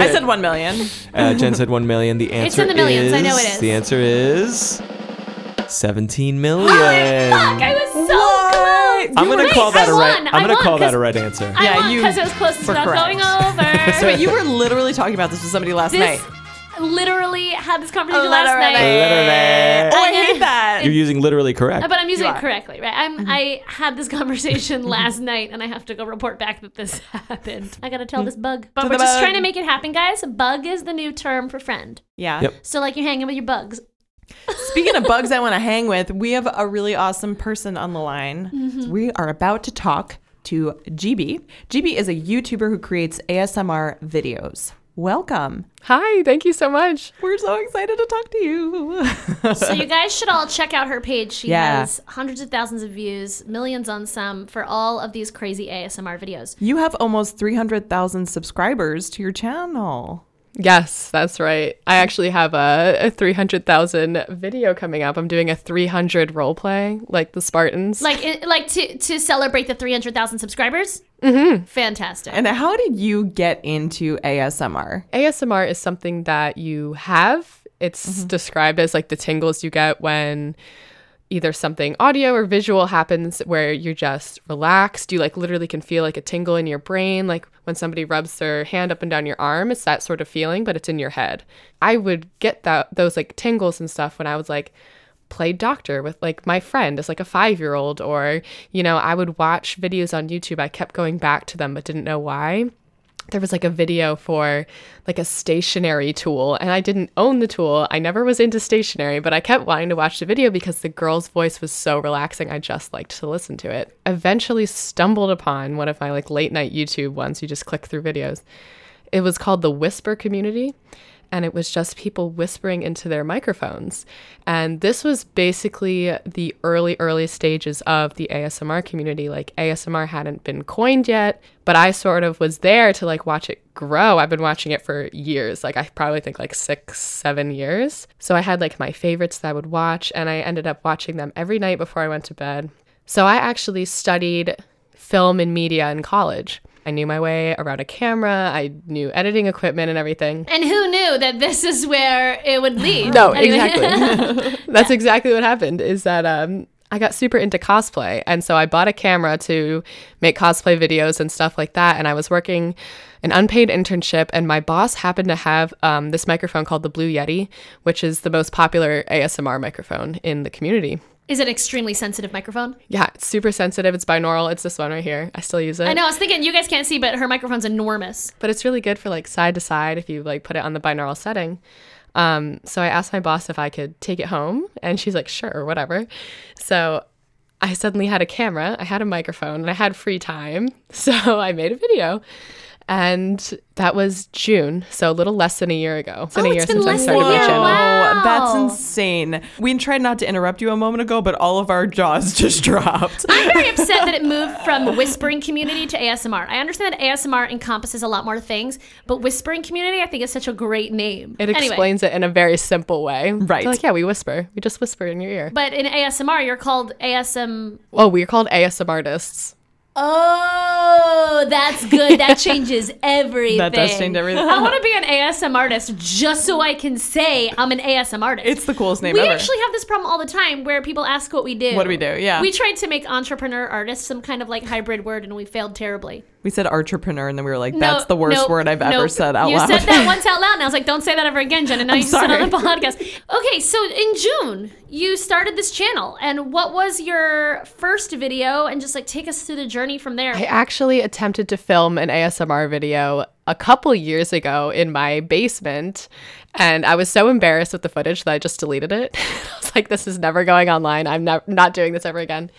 [SPEAKER 6] I said one million.
[SPEAKER 5] Uh, Jen said 1 million. The answer
[SPEAKER 4] *laughs* It's in the millions.
[SPEAKER 5] Is,
[SPEAKER 4] I know it is.
[SPEAKER 5] The answer is
[SPEAKER 4] *gasps*
[SPEAKER 5] 17 million.
[SPEAKER 4] Oh, Fuck, I was so close.
[SPEAKER 5] I'm going
[SPEAKER 4] Wait,
[SPEAKER 5] to call that
[SPEAKER 4] I
[SPEAKER 5] a right.
[SPEAKER 4] won.
[SPEAKER 5] I'm
[SPEAKER 4] I
[SPEAKER 5] going
[SPEAKER 4] won
[SPEAKER 5] to call that
[SPEAKER 4] 'cause
[SPEAKER 5] a right answer.
[SPEAKER 4] I
[SPEAKER 6] Yeah,
[SPEAKER 4] won
[SPEAKER 6] you
[SPEAKER 4] because it was close to
[SPEAKER 6] were
[SPEAKER 4] not
[SPEAKER 6] correct.
[SPEAKER 4] going
[SPEAKER 6] *laughs*
[SPEAKER 4] over.
[SPEAKER 6] But you were literally talking about this with somebody last
[SPEAKER 4] this
[SPEAKER 6] night.
[SPEAKER 4] literally had this conversation last
[SPEAKER 6] Literally.
[SPEAKER 4] night.
[SPEAKER 5] Literally.
[SPEAKER 6] Oh, I
[SPEAKER 4] I-
[SPEAKER 6] hate that.
[SPEAKER 5] You're using literally correct.
[SPEAKER 4] Uh, But I'm using
[SPEAKER 6] You
[SPEAKER 4] it
[SPEAKER 6] are.
[SPEAKER 4] correctly, right? I'm, I had this *laughs* conversation last night, and I have to go report back that this *laughs* happened. I gotta tell this bug. But
[SPEAKER 6] the
[SPEAKER 4] we're just
[SPEAKER 6] bug.
[SPEAKER 4] trying to make it happen, guys. Bug is the new term for friend.
[SPEAKER 6] Yeah.
[SPEAKER 5] Yep.
[SPEAKER 4] So like you're hanging with your bugs.
[SPEAKER 6] Speaking of bugs I want to hang with, we have a really awesome person on the line.
[SPEAKER 4] Mm-hmm.
[SPEAKER 6] We are about to talk to GB. GB is a YouTuber who creates ASMR videos. Welcome.
[SPEAKER 7] Hi, thank you so much.
[SPEAKER 6] We're so excited to talk to
[SPEAKER 8] *laughs*
[SPEAKER 6] you.
[SPEAKER 4] So you guys should all check out her page. She
[SPEAKER 6] Yeah.
[SPEAKER 4] has hundreds of thousands of views, millions on some for all of these crazy ASMR videos.
[SPEAKER 6] you have almost 300,000 subscribers to your channel.
[SPEAKER 7] Yes, that's right. I actually have a, a 300,000 video coming up. I'm doing a 300 role play, like the Spartans.
[SPEAKER 4] Like it, like to to celebrate the 300,000 subscribers. Mm-hmm. Fantastic.
[SPEAKER 6] And how did you get into ASMR?
[SPEAKER 7] ASMR is something that you have. It's described as like the tingles you get when either something audio or visual happens where you're just relaxed. You like literally can feel like a tingle in your brain, like when somebody rubs their hand up and down your arm. It's that sort of feeling, but it's in your head. I would get that those like tingles and stuff when I was like play doctor with like my friend as like a 5-year-old or you know, I would watch videos on YouTube. I kept going back to them but didn't know why there was like a video for like a stationary tool and I didn't own the tool. I never was into stationary, but I kept wanting to watch the video because the girl's voice was so relaxing. I just liked to listen to it. Eventually stumbled upon one of my like late night YouTube ones you just click through videos. It was called the Whisper Community and it was just people whispering into their microphones. And this was basically the early, early stages of the ASMR community. Like ASMR hadn't been coined yet, but I sort of was there to like watch it grow. I've been watching it for years, like I probably think like six, seven years. So I had like my favorites that I would watch, and I ended up watching them every night before I went to bed. So I actually studied film and media in college. I knew my way around a camera, I knew editing equipment and everything.
[SPEAKER 4] And who knew that this is where it would lead?
[SPEAKER 7] *laughs* No,
[SPEAKER 4] Anyway.
[SPEAKER 7] exactly. *laughs* That's exactly what happened. Is that um, I got super into cosplay, and so I bought a camera to make cosplay videos and stuff like that. And I was working an unpaid internship, and my boss happened to have um, this microphone called the Blue Yeti, which is the most popular ASMR microphone in the community.
[SPEAKER 4] is it an extremely sensitive microphone?
[SPEAKER 7] Yeah, it's super sensitive. It's binaural. It's this one right here. I still use it.
[SPEAKER 4] I know. I was thinking you guys can't see, but her microphone's enormous.
[SPEAKER 7] but it's really good for like side to side if you like put it on the binaural setting. Um, so I asked my boss if I could take it home, and she's like, sure, whatever. So I suddenly had a camera, I had a microphone, and I had free time. *laughs* So I made a video. And that was June, so a little less than a year ago. It's been
[SPEAKER 4] Oh,
[SPEAKER 7] a year
[SPEAKER 4] it's been
[SPEAKER 7] since I
[SPEAKER 4] less than
[SPEAKER 7] started
[SPEAKER 4] a
[SPEAKER 7] my
[SPEAKER 4] year.
[SPEAKER 7] channel.
[SPEAKER 4] Wow.
[SPEAKER 8] That's insane. We tried not to interrupt you a moment ago, but all of our jaws *laughs* just dropped.
[SPEAKER 4] I'm very upset that it moved from whispering community to ASMR. I understand that ASMR encompasses a lot more things, but whispering community, I think, is such a great name.
[SPEAKER 7] It
[SPEAKER 4] Anyway,
[SPEAKER 7] explains it in a very simple way.
[SPEAKER 8] Right.
[SPEAKER 7] They're like, yeah, we whisper. We just whisper in your ear.
[SPEAKER 4] But in ASMR, you're called ASM.
[SPEAKER 7] Oh, we're called ASM artists.
[SPEAKER 4] Oh, that's good. That *laughs* changes everything.
[SPEAKER 8] That does change everything.
[SPEAKER 4] I want to be an ASM artist just so I can say I'm an ASM
[SPEAKER 8] *laughs*
[SPEAKER 4] artist.
[SPEAKER 8] It's the coolest name
[SPEAKER 4] we
[SPEAKER 8] ever.
[SPEAKER 4] actually have this problem all the time where people ask what we do.
[SPEAKER 8] What do we do? Yeah.
[SPEAKER 4] We tried to make entrepreneur artist some kind of like hybrid word and we failed terribly.
[SPEAKER 8] we said entrepreneur, and then we were like,
[SPEAKER 4] No,
[SPEAKER 8] that's the worst
[SPEAKER 4] no,
[SPEAKER 8] word I've
[SPEAKER 4] no.
[SPEAKER 8] ever said out
[SPEAKER 4] you
[SPEAKER 8] loud. *laughs*
[SPEAKER 4] said that once out loud and I was like, don't say that ever again, Jen. And now you just said
[SPEAKER 8] sorry.
[SPEAKER 4] on the podcast. Okay, so in June, you started this channel. And what was your first video? And just like take us through the journey from there.
[SPEAKER 7] I actually attempted to film an ASMR video a couple years ago in my basement, and I was so embarrassed with the footage that I just deleted it. *laughs* I was like, this is never going online. I'm not, not doing this ever again.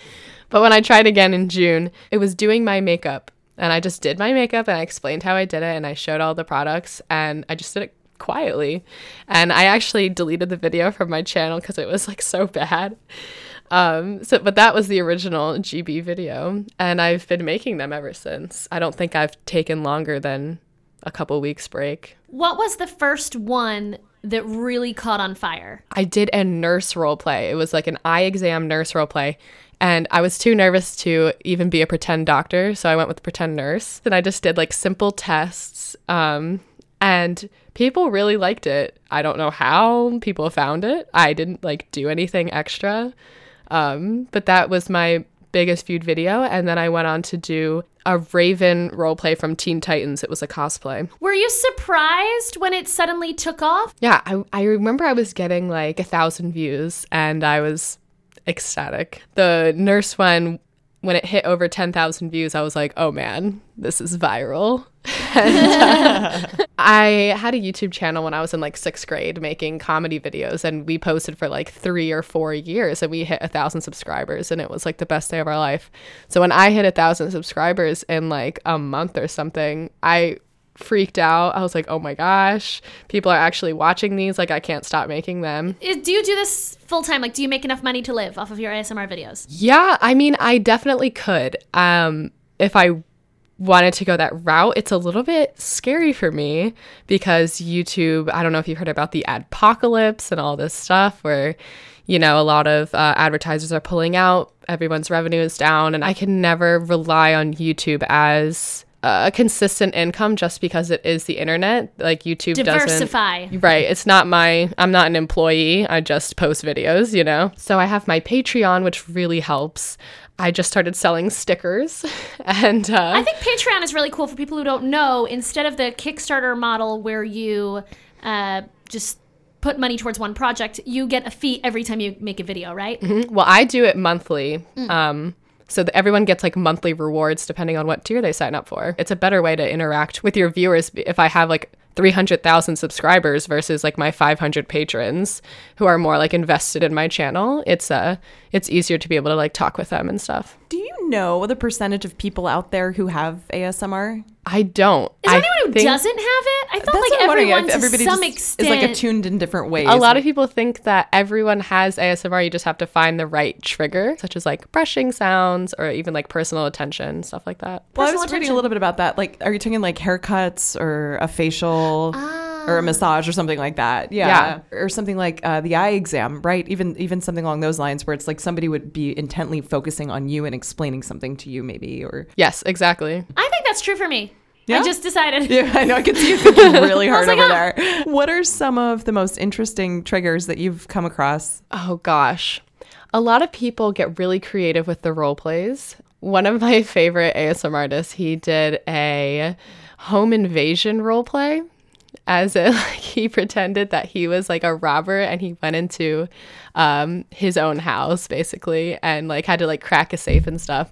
[SPEAKER 7] But when I tried again in June, it was doing my makeup, and I just did my makeup and I explained how I did it, and I showed all the products, and I just did it quietly. And I actually deleted the video from my channel because it was like so bad. Um, so, but that was the original GB video, and I've been making them ever since. I don't think I've taken longer than a couple weeks break.
[SPEAKER 4] what was the first one that really caught on fire?
[SPEAKER 7] I did a nurse role play. It was like an eye exam nurse role play. And I was too nervous to even be a pretend doctor. So I went with pretend nurse. And I just did like simple tests. Um, and people really liked it. I don't know how people found it. I didn't like do anything extra. Um, but that was my biggest viewed video. And then I went on to do a Raven role play from Teen Titans. It was a cosplay.
[SPEAKER 4] Were you surprised when it suddenly took off?
[SPEAKER 7] Yeah, I, I remember I was getting like a thousand views and I was ecstatic. The nurse one, when it hit over 10,000 views, I was like, oh man, this is viral. And, uh, I had a YouTube channel when I was in like sixth grade making comedy videos and we posted for like three or four years and we hit a thousand subscribers and it was like the best day of our life. So when I hit a thousand subscribers in like a month or something, I freaked out. I was like, oh my gosh, people are actually watching these. Like, I can't stop making them.
[SPEAKER 4] Is- Do you do this full time? Like, do you make enough money to live off of your ASMR videos?
[SPEAKER 7] Yeah, I mean, I definitely could. Um, if I wanted to go that route, it's a little bit scary for me because YouTube, I don't know if you've heard about the adpocalypse and all this stuff where, you know, a lot of uh, advertisers are pulling out, everyone's revenue is down, and I can never rely on YouTube as uh, a consistent income just because it is the internet. Like YouTube doesn't
[SPEAKER 4] Diversify.
[SPEAKER 7] *laughs* Right. It's not my, I'm not an employee. I just post videos, you know? So I have my Patreon, which really helps. I just started selling stickers *laughs* and uh,
[SPEAKER 4] I think Patreon is really cool for people who don't know. Instead of the Kickstarter model where you uh, just put money towards one project, you get a fee every time you make a video, right?
[SPEAKER 3] Mm-hmm.
[SPEAKER 7] well, I do it monthly.
[SPEAKER 4] Mm.
[SPEAKER 7] Um, so that everyone gets like monthly rewards depending on what tier they sign up for. It's a better way to interact with your viewers. b- If I have like 300,000 subscribers versus like my 500 patrons who are more like invested in my channel, it's uh, it's easier to be able to like talk with them and stuff.
[SPEAKER 8] Do you know the percentage of people out there who have ASMR?
[SPEAKER 7] I don't.
[SPEAKER 4] Is there
[SPEAKER 7] I
[SPEAKER 4] anyone who
[SPEAKER 7] think
[SPEAKER 4] doesn't have it? I felt
[SPEAKER 3] That's what
[SPEAKER 4] like
[SPEAKER 3] I'm wondering,
[SPEAKER 4] everyone
[SPEAKER 3] if
[SPEAKER 4] to some
[SPEAKER 3] just
[SPEAKER 4] extent
[SPEAKER 3] is like attuned in different ways.
[SPEAKER 7] A lot of people think that everyone has ASMR. You just have to find the right trigger, such as like brushing sounds or even like personal attention, stuff like that.
[SPEAKER 3] Well, I
[SPEAKER 4] Personal
[SPEAKER 3] was reading a
[SPEAKER 4] attention.
[SPEAKER 3] little bit about that. Like, are you talking like haircuts or a facial
[SPEAKER 4] Ah.
[SPEAKER 3] or a massage or something like that? Yeah.
[SPEAKER 7] Yeah.
[SPEAKER 3] Or something like uh, the eye exam, right? Even even something along those lines, where it's like somebody would be intently focusing on you and explaining something to you, maybe. Or *laughs*
[SPEAKER 7] Yes, exactly.
[SPEAKER 4] I think that's true for me.
[SPEAKER 3] Yeah?
[SPEAKER 4] I just decided.
[SPEAKER 3] yeah, I know I could see
[SPEAKER 4] *laughs*
[SPEAKER 3] you thinking really hard
[SPEAKER 4] like,
[SPEAKER 3] over
[SPEAKER 4] "Ah."
[SPEAKER 3] there. What are some of the most interesting triggers that you've come across?
[SPEAKER 7] Oh gosh. A lot of people get really creative with the role plays. One of my *laughs* favorite ASM artists, he did a home invasion role play as a, *laughs* like he pretended that he was like a robber and he went into um, his own house basically and like had to like crack a safe and stuff.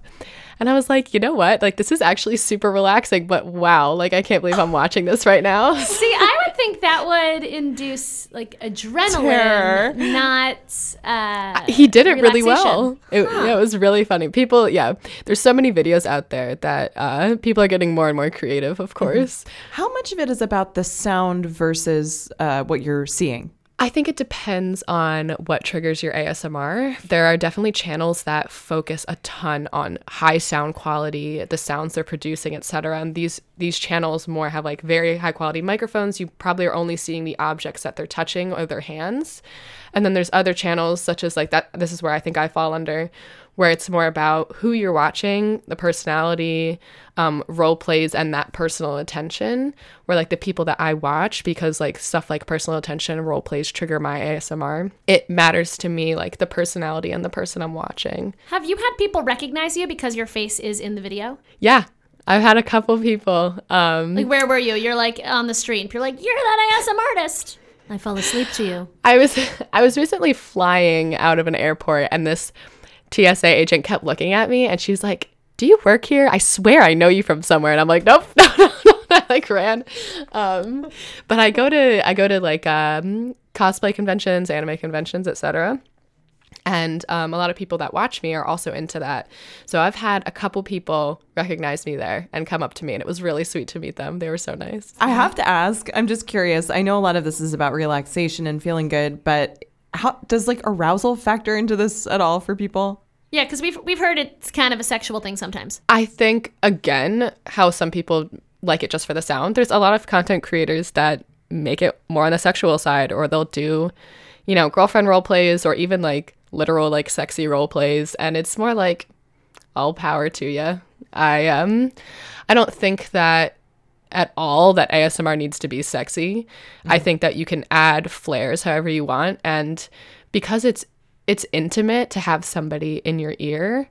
[SPEAKER 7] And I was like, you know what? Like this is actually super relaxing, but wow, like I can't believe I'm watching this right now.
[SPEAKER 4] *laughs*
[SPEAKER 7] *laughs*
[SPEAKER 4] See, I would think that would induce like adrenaline,
[SPEAKER 3] Terror.
[SPEAKER 4] not. Uh,
[SPEAKER 7] he did it really
[SPEAKER 4] relaxation.
[SPEAKER 7] well. It, yeah, it was really funny. People, yeah, there's so many videos out there that uh, people are getting more and more creative. Of course,
[SPEAKER 3] How much of it is about the sound versus uh, what you're seeing?
[SPEAKER 7] I think it depends on what triggers your ASMR. There are definitely channels that focus a ton on high sound quality, the sounds they're producing, etc. And these these channels more have like very high quality microphones. You probably are only seeing the objects that they're touching or their hands. And then there's other channels such as like that this is where I think I fall under where it's more about who you're watching, the personality, um, role plays, and that personal attention. Where like the people that I watch, because like stuff like personal attention, role plays trigger my ASMR. It matters to me like the personality and the person I'm watching.
[SPEAKER 4] have you had people recognize you because your face is in the video?
[SPEAKER 7] Yeah, I've had a couple people. Um,
[SPEAKER 4] Like, where were you? You're like on the street. and You're like, you're that ASM artist. I fell asleep to you.
[SPEAKER 7] I was *laughs* I was recently flying out of an airport and this TSA agent kept looking at me and she's like, "Do you work here? I swear I know you from somewhere." And I'm like, "Nope, *laughs* no, no, no." I like ran. Um, but I go to I go to like um, cosplay conventions, anime conventions, etc. And um, a lot of people that watch me are also into that. So I've had a couple people recognize me there and come up to me, and it was really sweet to meet them. They were so nice.
[SPEAKER 3] I have to ask. I'm just curious. I know a lot of this is about relaxation and feeling good, but how does like arousal factor into this at all for people?
[SPEAKER 4] Yeah, because we've we've heard it's kind of a sexual thing sometimes.
[SPEAKER 7] I think again how some people like it just for the sound. There's a lot of content creators that make it more on the sexual side or they'll do, you know, girlfriend role plays or even like literal like sexy role plays and it's more like all power to you. I um I don't think that at all that ASMR needs to be sexy. I think that you can add flares however you want and because it's it's intimate to have somebody in your ear.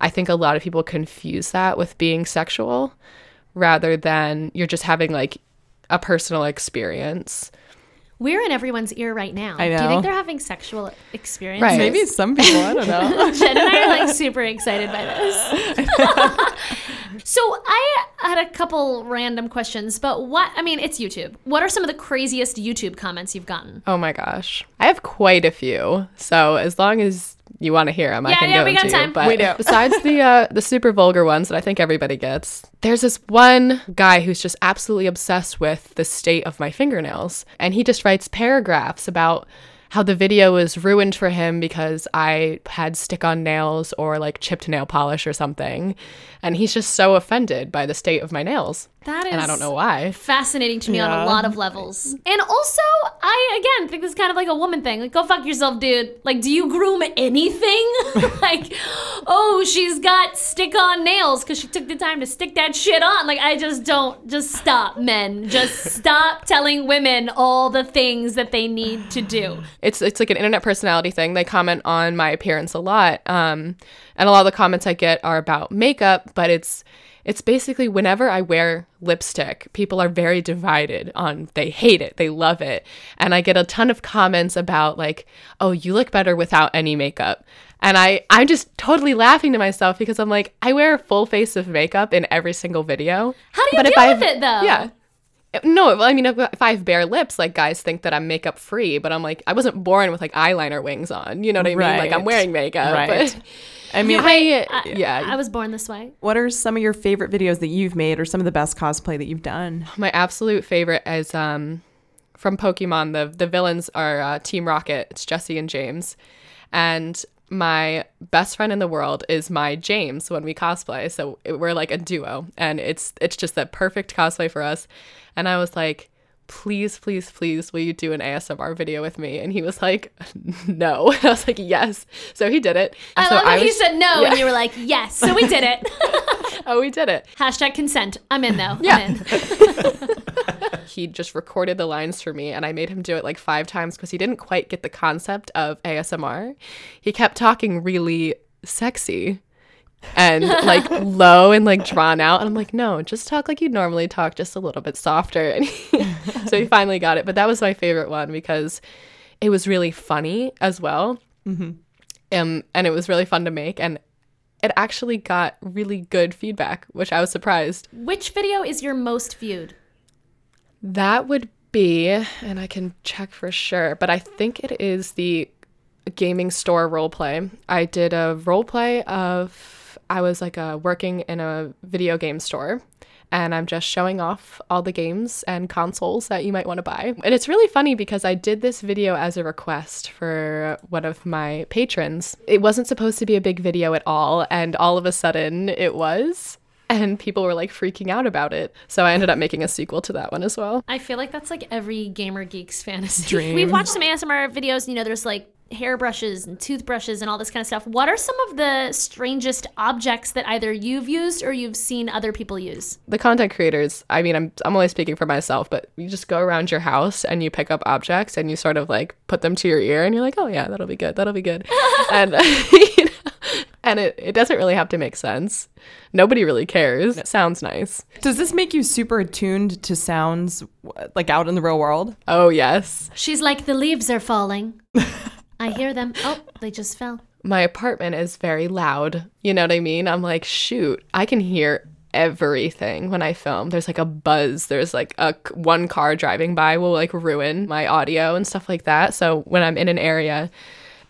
[SPEAKER 7] I think a lot of people confuse that with being sexual rather than you're just having like a personal experience.
[SPEAKER 4] We're in everyone's ear right now.
[SPEAKER 3] I
[SPEAKER 4] Do you
[SPEAKER 3] know.
[SPEAKER 4] think they're having sexual experiences?
[SPEAKER 7] Right.
[SPEAKER 3] Maybe some people. I don't
[SPEAKER 7] *laughs*
[SPEAKER 4] *laughs*
[SPEAKER 3] know.
[SPEAKER 4] Jen and I are like super excited by this.
[SPEAKER 7] *laughs*
[SPEAKER 4] so I had a couple random questions, but what I mean, it's YouTube. What are some of the craziest YouTube comments you've gotten?
[SPEAKER 7] Oh my gosh. I have quite a few. So as long as you want to hear them, I
[SPEAKER 4] Yeah,
[SPEAKER 7] can
[SPEAKER 4] yeah,
[SPEAKER 7] go
[SPEAKER 4] we got
[SPEAKER 7] into
[SPEAKER 4] time.
[SPEAKER 7] You, but
[SPEAKER 4] We do.
[SPEAKER 7] besides the uh, *laughs* the super vulgar ones that I think everybody gets, there's this one guy who's just absolutely obsessed with the state of my fingernails, and he just writes paragraphs about how the video was ruined for him because I had stick on nails or like chipped nail polish or something, and he's just so offended by the state of my nails,
[SPEAKER 4] That is
[SPEAKER 7] and I don't know why.
[SPEAKER 4] fascinating to me on a lot of levels. And also, I again think this is kind of like a woman thing. Like, go fuck yourself, dude. Like, do you groom anything? *laughs* like, oh, she's got stick on nails because she took the time to stick that shit on. Like, I just don't, just stop, men. Just stop telling women all the things that they need to do.
[SPEAKER 7] it's it's like an internet personality thing. They comment on my appearance a lot, um, and a lot of the comments I get are about makeup. But it's it's basically whenever I wear lipstick, people are very divided on they hate it, they love it, and I get a ton of comments about like, oh, you look better without any makeup. And I, I'm just totally laughing to myself because I'm like, I wear a full face of makeup in every single video.
[SPEAKER 4] How do you
[SPEAKER 7] But if
[SPEAKER 4] deal
[SPEAKER 7] I-
[SPEAKER 4] with it though?
[SPEAKER 7] Yeah. No, well, I mean, if if I have bare lips, like guys think that I'm makeup free, but I'm like, I wasn't born with like eyeliner wings on. You know what I mean? Like I'm
[SPEAKER 3] Right.
[SPEAKER 7] wearing makeup,
[SPEAKER 3] Right.
[SPEAKER 7] but
[SPEAKER 3] I mean,
[SPEAKER 7] *laughs* I, uh,
[SPEAKER 4] I,
[SPEAKER 7] yeah,
[SPEAKER 4] I was born this way.
[SPEAKER 3] what are some of your favorite videos that you've made or some of the best cosplay that you've done?
[SPEAKER 7] My absolute favorite is um, from Pokemon. The the villains are uh, Team Rocket. It's Jesse and James, and my best friend in the world is my James when we cosplay. So it- we're like a duo, and it's it's just the perfect cosplay for us. And I was like. Please, please, please, will you do an ASMR video with me? And he was like, *laughs* No. And I was like, Yes. So he did it. And
[SPEAKER 4] I
[SPEAKER 7] so
[SPEAKER 4] love how he
[SPEAKER 7] was-
[SPEAKER 4] said no,
[SPEAKER 7] Yeah.
[SPEAKER 4] and you were like, yes. So we did
[SPEAKER 7] *laughs*
[SPEAKER 4] it.
[SPEAKER 7] Oh, we did it.
[SPEAKER 4] Hashtag consent. I'm in though.
[SPEAKER 7] Yeah.
[SPEAKER 4] I'm in.
[SPEAKER 7] he just recorded the lines for me and I made him do it like five times because he didn't quite get the concept of ASMR. He kept talking really sexy and like low and like drawn out. And I'm like, no, just talk like you normally talk, just a little bit softer. And he, *laughs* so he finally got it. But that was my favorite one because it was really funny as well. Um, and it was really fun to make. And it actually got really good feedback, which I was surprised.
[SPEAKER 4] Which video is your most viewed?
[SPEAKER 7] That would be, and I can check for sure, but I think it is the gaming store roleplay. I did a roleplay of, I was like uh working in a video game store. And I'm just showing off all the games and consoles that you might want to buy. And it's really funny because I did this video as a request for one of my patrons. It wasn't supposed to be a big video at all, and all of a sudden it was and people were like freaking out about it. So I ended up making a sequel to that one as well.
[SPEAKER 4] I feel like that's like every gamer geek's fantasy. *laughs* We've watched some ASMR videos, and you know, there's like hairbrushes and toothbrushes and all this kind of stuff. What are some of the strangest objects that either you've used or you've seen other people use?
[SPEAKER 7] The content creators, I mean, I'm, I'm only speaking for myself, but you just go around your house and you pick up objects and you sort of like put them to your ear and you're like, oh yeah, that'll be good, that'll be good. and *laughs* you know, and it, it doesn't really have to make sense. Nobody really cares. It sounds nice.
[SPEAKER 3] Does this make you super attuned to sounds w- like out in the real world?
[SPEAKER 7] Oh, yes.
[SPEAKER 4] She's like, the leaves are
[SPEAKER 7] *laughs*
[SPEAKER 4] falling. I hear them. Oh, they just fell.
[SPEAKER 7] my apartment is very loud. You know what I mean? I'm like, shoot, I can hear everything when I film. There's like a buzz. There's like a c- one car driving by will like ruin my audio and stuff like that. So when I'm in an area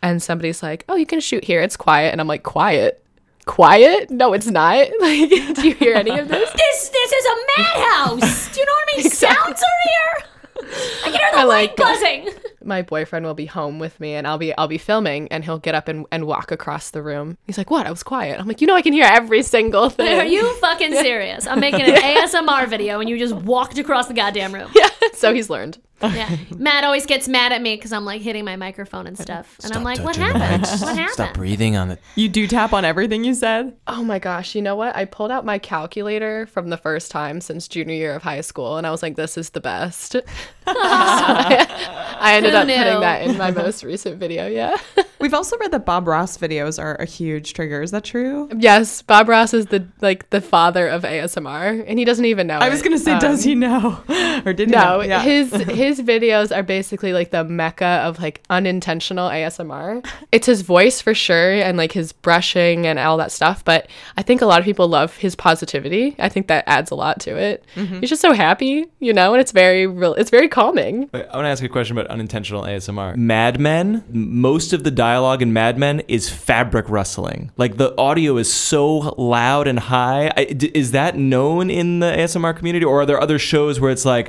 [SPEAKER 7] and somebody's like, "Oh, you can shoot here. It's quiet." And I'm like, "Quiet?" Quiet? No, it's not. *laughs* Like, do you hear any of this?
[SPEAKER 4] This this is a madhouse. Do you know what I mean? Sounds are here. I can hear the
[SPEAKER 7] I
[SPEAKER 4] light
[SPEAKER 7] like that.
[SPEAKER 4] buzzing.
[SPEAKER 7] my boyfriend will be home with me and I'll be I'll be filming and he'll get up and, and walk across the room. He's like, What? I was quiet. I'm like, you know I can hear every single thing.
[SPEAKER 4] Are you fucking serious? I'm making an ASMR video and you just walked across the goddamn room.
[SPEAKER 7] *laughs* so he's learned.
[SPEAKER 4] Yeah. *laughs* Matt always gets mad at me because I'm like hitting my microphone and stuff. And I'm like, what
[SPEAKER 5] touching the
[SPEAKER 4] happened?
[SPEAKER 5] mics.
[SPEAKER 4] What
[SPEAKER 5] Stop
[SPEAKER 4] happened?
[SPEAKER 5] breathing on it.
[SPEAKER 3] You do tap on everything you said.
[SPEAKER 7] Oh my gosh, you know what? I pulled out my calculator from the first time since junior year of high school and I was like, this is the best. *laughs* So I, *laughs* I ended
[SPEAKER 4] Who
[SPEAKER 7] up
[SPEAKER 4] knew?
[SPEAKER 7] putting that in my most recent video, yeah. *laughs*
[SPEAKER 3] We've also read that Bob Ross videos are a huge trigger. Is that true?
[SPEAKER 7] yes, Bob Ross is the like the father of ASMR and he doesn't even know.
[SPEAKER 3] I was
[SPEAKER 7] it.
[SPEAKER 3] going to say,
[SPEAKER 7] Um,
[SPEAKER 3] does he know? *laughs* Or did he
[SPEAKER 7] No,
[SPEAKER 3] know? Yeah.
[SPEAKER 7] his his videos are basically like the mecca of like unintentional ASMR. It's his voice for sure and like his brushing and all that stuff, but I think a lot of people love his positivity. I think that adds a lot to it.
[SPEAKER 3] Mm-hmm.
[SPEAKER 7] He's just so happy, you know, and it's very real it's very calming.
[SPEAKER 5] Wait, I want to ask you a question about unintentional ASMR. Mad Men, m- most of the dialogue in Mad Men is fabric rustling. Like the audio is so loud and high. I d is that known in the ASMR community, or are there other shows where it's like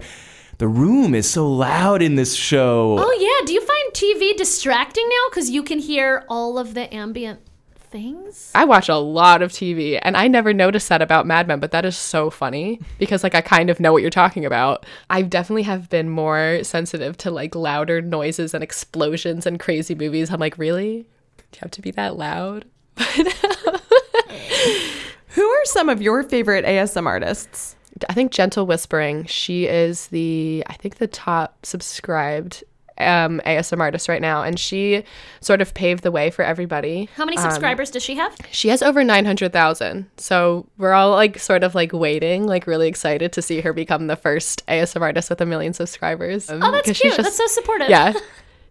[SPEAKER 5] the room is so loud in this show?
[SPEAKER 4] Oh, yeah. Do you find TV distracting now? Because you can hear all of the ambient things.
[SPEAKER 7] I watch a lot of TV and I never noticed that about Mad Men, but that is so *laughs* funny because like I kind of know what you're talking about. I definitely have been more sensitive to like louder noises and explosions and crazy movies. I'm like, really? Do you have to be that loud?
[SPEAKER 3] Who are some of your favorite ASM artists?
[SPEAKER 7] I think Gentle Whispering, she is the I think the top subscribed um ASM artist right now and she sort of paved the way for everybody.
[SPEAKER 4] How many subscribers does she have?
[SPEAKER 7] She has over 900,000. So we're all like sort of like waiting, like really excited to see her become the first ASM artist with a million subscribers. Um,
[SPEAKER 4] Oh, that's
[SPEAKER 7] 'cause she's
[SPEAKER 4] cute. that's so supportive.
[SPEAKER 7] yeah. *laughs*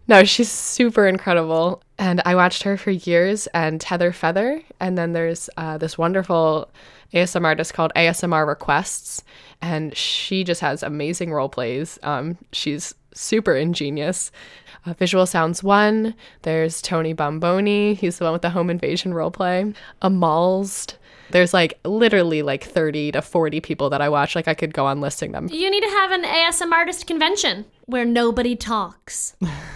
[SPEAKER 7] No, she's super incredible. And I watched her for years and Heather Feather. And then there's uh, this wonderful ASMR artist called ASMR Requests. And she just has amazing role plays. Um, she's super ingenious. Uh, Visual Sounds One. There's Tony Bomboni. He's the one with the home invasion role play. Amalzed. There's like literally like 30 to 40 people that I watch. Like I could go on listing them.
[SPEAKER 4] You need to have an ASM artist convention where nobody talks.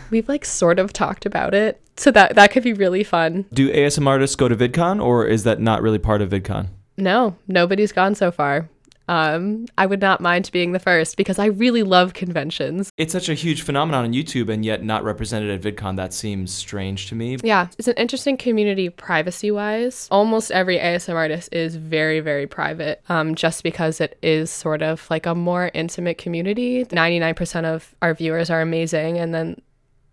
[SPEAKER 7] We've like sort of talked about it. So that that could be really fun.
[SPEAKER 5] Do ASM artists go to VidCon or is that not really part of VidCon?
[SPEAKER 7] No, nobody's gone so far. Um, I would not mind being the first because I really love conventions.
[SPEAKER 5] It's such a huge phenomenon on YouTube and yet not represented at VidCon. That seems strange to me.
[SPEAKER 7] Yeah, it's an interesting community privacy wise. Almost every ASM artist is very, very private um, just because it is sort of like a more intimate community. 99% of our viewers are amazing. And then,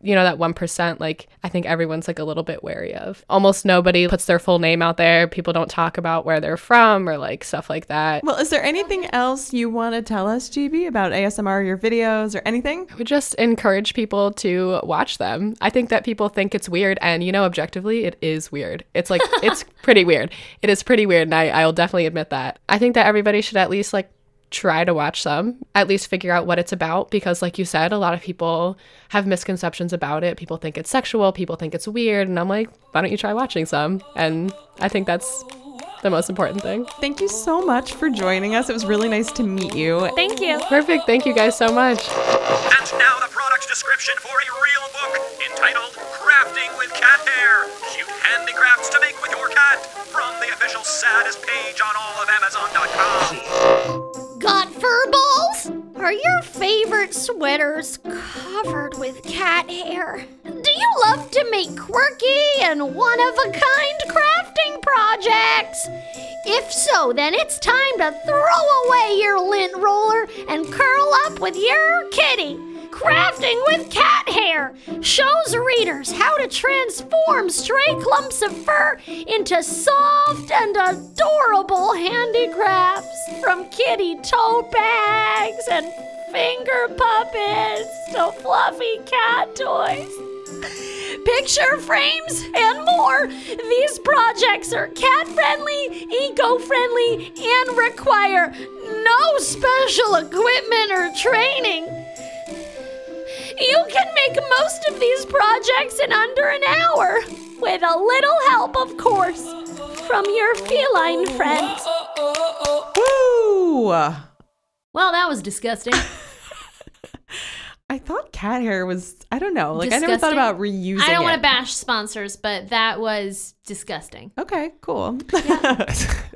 [SPEAKER 7] you know, that 1%, like, I think everyone's like a little bit wary of. Almost nobody puts their full name out there. People don't talk about where they're from or like stuff like that.
[SPEAKER 3] Well, is there anything else you want to tell us, GB, about ASMR, your videos, or anything?
[SPEAKER 7] would just encourage people to watch them. I think that people think it's weird, and you know, objectively, it is weird. It's like, it's pretty weird. It is pretty weird, and I, I'll definitely admit that. I think that everybody should at least like try to watch them, at least figure out what it's about, because, like you said, a lot of people have misconceptions about it. People think it's sexual, people think it's weird, and I'm like, why don't you try watching some? And I think that's the most important thing.
[SPEAKER 3] Thank you so much for joining us. It was really nice to meet you.
[SPEAKER 4] Thank you.
[SPEAKER 7] Perfect. Thank you guys so much.
[SPEAKER 2] And now the product description for a real book entitled Crafting with Cat Hair Cute Handicrafts to Make with Your Cat from the official saddest page on all of Amazon.com.
[SPEAKER 9] God furballs? Are your favorite sweaters covered with cat hair? Do you love to make quirky and one of a kind crafting projects? If so, then it's time to throw away your lint roller and curl up with your kitty. Crafting with Cat Hair shows readers how to transform stray clumps of fur into soft and adorable handicrafts from kitty tote bags and finger puppets to fluffy cat toys. picture frames, and more. These projects are cat friendly, eco friendly, and require no special equipment or training. You can make most of these projects in under an hour, with a little help, of course, from your feline friends.
[SPEAKER 3] Woo!
[SPEAKER 4] Well, that was disgusting.
[SPEAKER 3] I thought cat hair was, I don't know, like I never thought
[SPEAKER 4] Disgusting.
[SPEAKER 3] about reusing
[SPEAKER 4] I don't want
[SPEAKER 3] it.
[SPEAKER 4] to bash sponsors, but that was disgusting.
[SPEAKER 3] Okay, cool.
[SPEAKER 5] It's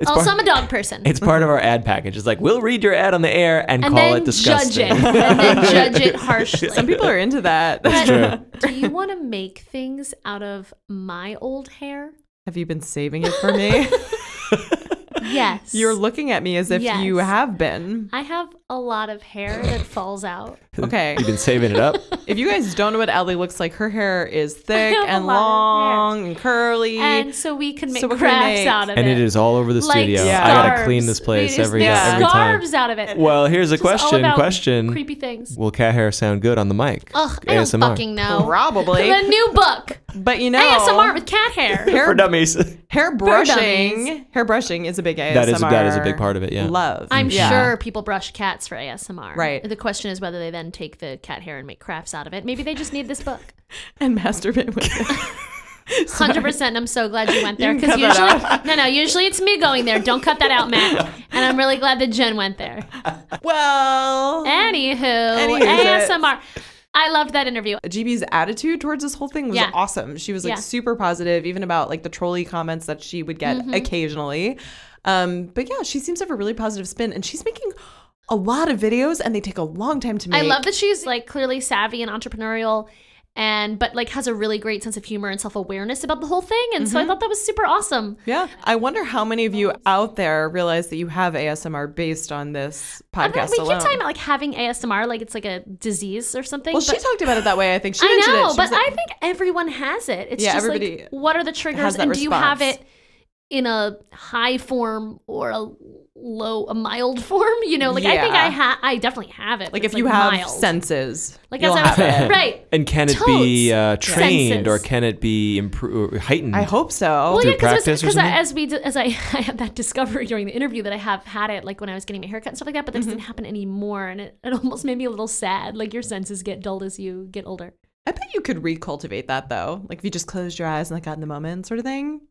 [SPEAKER 4] also,
[SPEAKER 5] part,
[SPEAKER 4] I'm a dog person.
[SPEAKER 5] it's part of our ad package. It's like, we'll read your ad on the air and,
[SPEAKER 4] and
[SPEAKER 5] call
[SPEAKER 4] then
[SPEAKER 5] it disgusting.
[SPEAKER 4] judge it. And then judge
[SPEAKER 5] *laughs*
[SPEAKER 4] it harshly.
[SPEAKER 3] Some people are into
[SPEAKER 4] *laughs*
[SPEAKER 3] that.
[SPEAKER 4] But
[SPEAKER 5] true.
[SPEAKER 4] do
[SPEAKER 3] *laughs*
[SPEAKER 4] you want to make things out of my old hair?
[SPEAKER 3] Have you been saving it
[SPEAKER 4] *laughs*
[SPEAKER 3] for me?
[SPEAKER 4] Yes.
[SPEAKER 3] You're *laughs* looking at me as if you
[SPEAKER 4] Yes.
[SPEAKER 3] have been.
[SPEAKER 4] I have a lot of hair that falls
[SPEAKER 3] *laughs*
[SPEAKER 4] out.
[SPEAKER 3] Okay.
[SPEAKER 5] You've been
[SPEAKER 4] *laughs*
[SPEAKER 5] saving it up.
[SPEAKER 3] if you guys don't know what Allie looks like, her hair is thick
[SPEAKER 4] have a
[SPEAKER 3] and
[SPEAKER 4] lot of
[SPEAKER 3] long and curly.
[SPEAKER 4] And so we can make
[SPEAKER 3] So we're gonna
[SPEAKER 4] crafts
[SPEAKER 3] make-
[SPEAKER 4] out of
[SPEAKER 5] and
[SPEAKER 4] it.
[SPEAKER 5] it is all over the
[SPEAKER 4] Like
[SPEAKER 5] studio.
[SPEAKER 3] Yeah.
[SPEAKER 5] I gotta
[SPEAKER 4] scarves.
[SPEAKER 5] clean this place
[SPEAKER 4] We just
[SPEAKER 5] every,
[SPEAKER 4] make
[SPEAKER 5] yeah. every time.
[SPEAKER 4] scarves out of it.
[SPEAKER 5] Well, here's a
[SPEAKER 4] It's all
[SPEAKER 5] question.
[SPEAKER 4] about
[SPEAKER 5] Question:
[SPEAKER 4] Creepy things.
[SPEAKER 5] Will cat hair sound good on the mic?
[SPEAKER 4] Ugh, I don't fucking know.
[SPEAKER 3] Probably.
[SPEAKER 4] The new book.
[SPEAKER 3] but you know,
[SPEAKER 4] ASMR with cat hair.
[SPEAKER 3] *laughs*
[SPEAKER 5] For
[SPEAKER 3] hair,
[SPEAKER 5] dummies.
[SPEAKER 3] hair
[SPEAKER 4] dummies.
[SPEAKER 3] brushing, hair brushing is a big ASMR.
[SPEAKER 5] That is- that is a big part of it, yeah.
[SPEAKER 3] Love.
[SPEAKER 4] I'm
[SPEAKER 3] Yeah.
[SPEAKER 4] sure people brush cats for ASMR.
[SPEAKER 3] Right.
[SPEAKER 4] The question is whether they then take the cat hair and make crafts out of it. Maybe they just need this book.
[SPEAKER 3] And masturbate with it.
[SPEAKER 4] *laughs* Hundred percent. I'm so glad you went there
[SPEAKER 3] can
[SPEAKER 4] because
[SPEAKER 3] cut that
[SPEAKER 4] usually, no, no. Usually it's me going there. Don't cut that out, Matt. And I'm really glad that Jen went there.
[SPEAKER 3] *laughs* well,
[SPEAKER 4] Anywho,
[SPEAKER 3] Anywho.
[SPEAKER 4] ASMR. I loved that interview.
[SPEAKER 3] GB's attitude towards this whole thing was
[SPEAKER 4] Yeah.
[SPEAKER 3] awesome. She was like
[SPEAKER 4] Yeah.
[SPEAKER 3] super positive, even about like the trolley comments that she would
[SPEAKER 4] Mm-hmm.
[SPEAKER 3] get occasionally. Um, but yeah, she seems to have a really positive spin, and she's making a lot of videos, and they take a long time to make.
[SPEAKER 4] I love that she's like clearly savvy and entrepreneurial and but like has a really great sense of humor and self-awareness about the whole thing and
[SPEAKER 3] Mm-hmm.
[SPEAKER 4] so I thought that was super awesome.
[SPEAKER 3] Yeah, I wonder how many of you out there realize that you have ASMR based on this
[SPEAKER 4] I don't know,
[SPEAKER 3] podcast
[SPEAKER 4] we
[SPEAKER 3] alone.
[SPEAKER 4] keep talking about like having ASMR like it's like a disease or something.
[SPEAKER 3] well,
[SPEAKER 4] but
[SPEAKER 3] she talked about it that way. I think she
[SPEAKER 4] I
[SPEAKER 3] mentioned it.
[SPEAKER 4] know,
[SPEAKER 3] She
[SPEAKER 4] but
[SPEAKER 3] was like,
[SPEAKER 4] I think everyone has it. It's
[SPEAKER 3] Yeah,
[SPEAKER 4] just
[SPEAKER 3] everybody
[SPEAKER 4] like what are the triggers
[SPEAKER 3] has that
[SPEAKER 4] and do you have
[SPEAKER 3] response.
[SPEAKER 4] it in a high form or a low, a mild *laughs* form. You know, like I think
[SPEAKER 3] Yeah.
[SPEAKER 4] I ha I definitely have it. but
[SPEAKER 3] Like
[SPEAKER 4] it's,
[SPEAKER 3] if you have
[SPEAKER 4] mild.
[SPEAKER 3] senses,
[SPEAKER 4] like
[SPEAKER 3] you'll
[SPEAKER 4] as I was,
[SPEAKER 3] have it.
[SPEAKER 4] *laughs*
[SPEAKER 5] *laughs*
[SPEAKER 4] right.
[SPEAKER 5] And can it be
[SPEAKER 4] Totes.
[SPEAKER 5] uh, trained or
[SPEAKER 4] Senses.
[SPEAKER 5] can it be impro- or heightened?
[SPEAKER 8] I hope so.
[SPEAKER 5] Through
[SPEAKER 4] because
[SPEAKER 5] practice or something?
[SPEAKER 4] as we did, as I, *laughs* I had that discovery during the interview that I have had it like when I was getting my haircut and stuff like that, but that
[SPEAKER 3] Mm-hmm.
[SPEAKER 4] doesn't happen anymore, and it, it almost made me a little sad. Like your senses get dulled as you get older.
[SPEAKER 3] I bet you could recultivate that though. Like if you just closed your eyes and like got in the moment, sort of thing.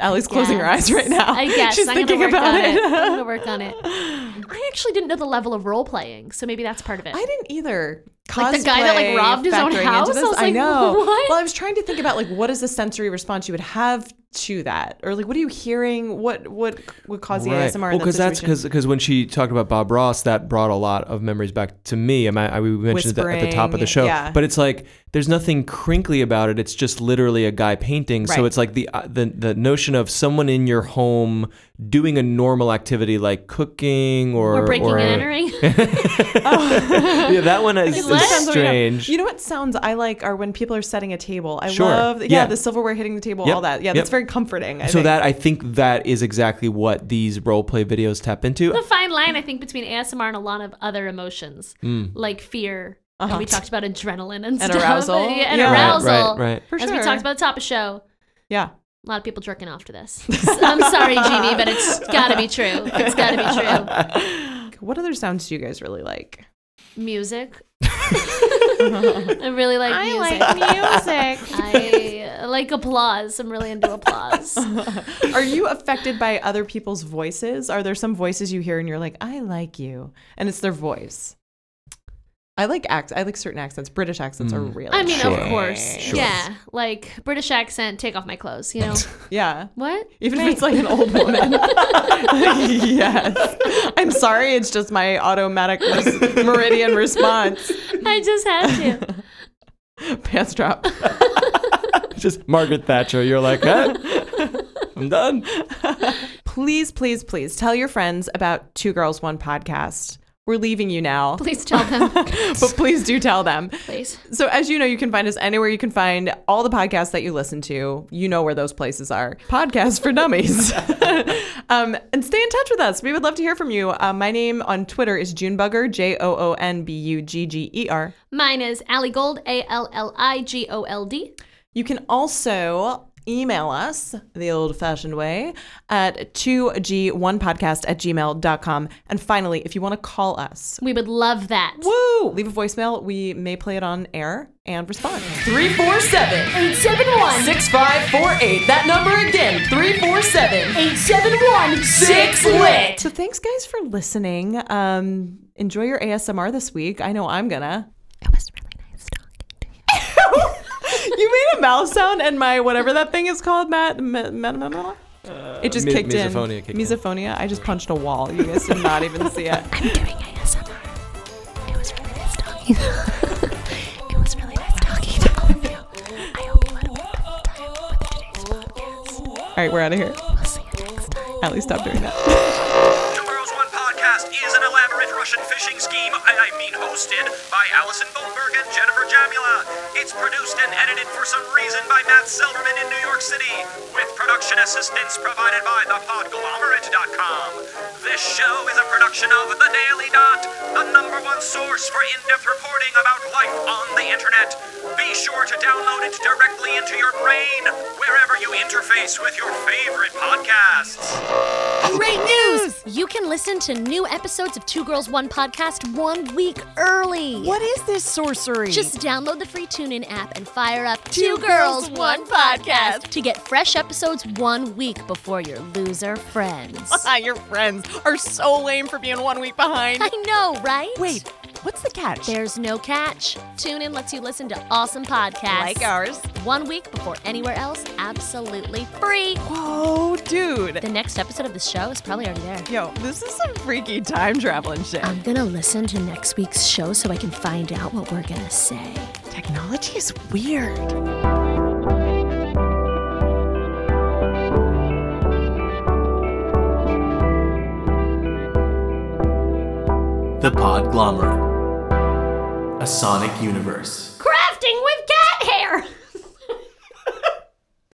[SPEAKER 3] Allie's closing her eyes
[SPEAKER 4] Yes.
[SPEAKER 3] right now.
[SPEAKER 4] I guess
[SPEAKER 3] she's
[SPEAKER 4] I'm
[SPEAKER 3] thinking
[SPEAKER 4] gonna work
[SPEAKER 3] about
[SPEAKER 4] on
[SPEAKER 3] it.
[SPEAKER 4] it.
[SPEAKER 3] *laughs*
[SPEAKER 4] I'm gonna work on it. I actually didn't know the level of role playing, so maybe that's part of it.
[SPEAKER 3] I didn't either.
[SPEAKER 4] Like the guy that, like,
[SPEAKER 3] Cosplay
[SPEAKER 4] robbed his own
[SPEAKER 3] factoring into
[SPEAKER 4] house? I
[SPEAKER 3] this,
[SPEAKER 4] was like,
[SPEAKER 3] know.
[SPEAKER 4] *laughs* what?
[SPEAKER 3] Well, I was trying to think about like what is the sensory response you would have to that, or like what are you hearing? What what would cause the
[SPEAKER 5] Right.
[SPEAKER 3] ASMR?
[SPEAKER 5] Well,
[SPEAKER 3] in that
[SPEAKER 5] because that's
[SPEAKER 3] situation?
[SPEAKER 5] because when she talked about Bob Ross, that brought a lot of memories back to me. And I, I, we mentioned that at the top of the
[SPEAKER 3] Whispering,
[SPEAKER 5] show.
[SPEAKER 3] yeah.
[SPEAKER 5] But it's like there's nothing crinkly about it. It's just literally a guy painting. So
[SPEAKER 3] Right.
[SPEAKER 5] it's like the, uh, the the notion of someone in your home doing a normal activity like cooking or
[SPEAKER 4] We're breaking
[SPEAKER 5] or-
[SPEAKER 4] and
[SPEAKER 5] *laughs*
[SPEAKER 4] entering. *laughs*
[SPEAKER 5] yeah, that one is,
[SPEAKER 4] What?
[SPEAKER 5] is strange.
[SPEAKER 3] You know what sounds I like are when people are setting a table. I
[SPEAKER 5] Sure.
[SPEAKER 3] love yeah,
[SPEAKER 5] Yeah.
[SPEAKER 3] the silverware hitting the table,
[SPEAKER 5] Yep.
[SPEAKER 3] all that. Yeah, that's
[SPEAKER 5] Yep.
[SPEAKER 3] very comforting. I
[SPEAKER 5] so
[SPEAKER 3] think.
[SPEAKER 5] that I think that is exactly what these role play videos tap into.
[SPEAKER 4] the fine line, I think, between ASMR and a lot of other emotions,
[SPEAKER 5] Hmm.
[SPEAKER 4] like fear. and we talked about adrenaline and, stuff.
[SPEAKER 3] Uh-huh. arousal.
[SPEAKER 4] *laughs* Yeah, and
[SPEAKER 3] Yeah.
[SPEAKER 5] Right,
[SPEAKER 4] arousal.
[SPEAKER 5] right, right.
[SPEAKER 3] For
[SPEAKER 4] As we
[SPEAKER 3] sure.
[SPEAKER 4] talked about at the top of the show,
[SPEAKER 5] *laughs*
[SPEAKER 3] yeah.
[SPEAKER 4] a lot of people jerking off to
[SPEAKER 3] *laughs*
[SPEAKER 4] this. I'm sorry, Jeannie, but it's got to be true. It's got to
[SPEAKER 3] *laughs* What other sounds do you guys really like?
[SPEAKER 4] be true.
[SPEAKER 3] *laughs*
[SPEAKER 4] Music. *laughs* I really like music.
[SPEAKER 9] music.
[SPEAKER 4] I like applause. I'm really into
[SPEAKER 5] *laughs*
[SPEAKER 4] applause.
[SPEAKER 3] *laughs* Are you affected by other people's voices? Are there some voices you hear and you're like, I like you, and it's their voice? I like act. I like certain accents. British accents
[SPEAKER 5] Mm.
[SPEAKER 3] are really.
[SPEAKER 4] I mean,
[SPEAKER 5] Sure.
[SPEAKER 4] of course.
[SPEAKER 5] Sure.
[SPEAKER 4] Yeah. Like British accent, take off my clothes,
[SPEAKER 5] *laughs*
[SPEAKER 4] you know?
[SPEAKER 3] yeah.
[SPEAKER 4] what?
[SPEAKER 3] Even if it's like an old woman. yes. I'm sorry. It's just my automatic res- meridian response.
[SPEAKER 4] I just had
[SPEAKER 5] *laughs*
[SPEAKER 4] to.
[SPEAKER 3] Pants drop.
[SPEAKER 5] just Margaret Thatcher. You're like, huh? I'm done.
[SPEAKER 3] Please, please, please tell your friends about Two Girls One Podcast. We're leaving you now,
[SPEAKER 4] Please tell them.
[SPEAKER 3] *laughs* but please do tell them.
[SPEAKER 4] Please.
[SPEAKER 3] So, as you know, you can find us anywhere you can find all the podcasts that you listen to. You know where those places are. Podcasts for Dummies. *laughs* um, and stay in touch with us. We would love to hear from you. Uh, my name on Twitter is Junebugger, J O O N B U G G E R.
[SPEAKER 4] Mine is Allie Gold, A L L I G O L D.
[SPEAKER 3] You can also email us the old fashioned way at 2g1podcast at gmail.com. And finally, if you want to call us,
[SPEAKER 4] We would love that.
[SPEAKER 3] woo, leave a voicemail. We may play it on air and respond. 347
[SPEAKER 9] 871
[SPEAKER 3] 6548. That number again, 347
[SPEAKER 9] 871 6 lit.
[SPEAKER 3] So thanks guys for listening. Um enjoy your ASMR this week. I know I'm gonna. It was really nice talking to *laughs* you. you made a mouth sound and my whatever that thing is called, Matt. ma- ma- ma- ma- it just
[SPEAKER 5] mi-
[SPEAKER 3] kicked in.
[SPEAKER 5] misophonia kicked in.
[SPEAKER 3] misophonia. I just punched a wall. You guys did not even see it.
[SPEAKER 10] I'm doing ASMR. It was really nice talking. *laughs* it was really nice talking to all of you. I hope you had a wonderful time with today's podcast.
[SPEAKER 3] All right, we're out of here.
[SPEAKER 10] We'll see you next time.
[SPEAKER 3] At least stop doing that.
[SPEAKER 2] Two Girls One Podcast is an elaborate Russian fishing scheme, and I mean hosted by Allison Goldberg and Jennifer Jamula. It's produced and edited for some reason by Matt Silverman in New York City, with production assistance provided by thepodglomerate.com. This show is a production of The Daily Dot, the number one source for in-depth reporting about life on the internet. Be sure to download it directly into your brain, wherever you interface with your favorite podcasts.
[SPEAKER 9] Great news! You can listen to new episodes of Two Girls One Podcast one week early.
[SPEAKER 11] What is this sorcery?
[SPEAKER 9] Just download the free TuneIn app and fire up Two, Girls, One Podcast to get fresh episodes one week before your loser friends.
[SPEAKER 11] *laughs*
[SPEAKER 8] *laughs* Your friends are so lame for being one week behind.
[SPEAKER 9] I know, right?
[SPEAKER 11] Wait, what's the catch?
[SPEAKER 9] There's no catch. TuneIn lets you listen to awesome podcasts.
[SPEAKER 8] Like ours.
[SPEAKER 9] One week before anywhere else, absolutely free.
[SPEAKER 8] Whoa, dude.
[SPEAKER 9] The next episode of the show is probably already there.
[SPEAKER 8] Yo, this is some freaky time traveling shit.
[SPEAKER 11] Um,
[SPEAKER 9] I'm gonna listen to next week's show so I can find out what we're gonna say.
[SPEAKER 11] Technology is weird.
[SPEAKER 12] The Podglomerate. A sonic universe.
[SPEAKER 9] Crafting with cat hair!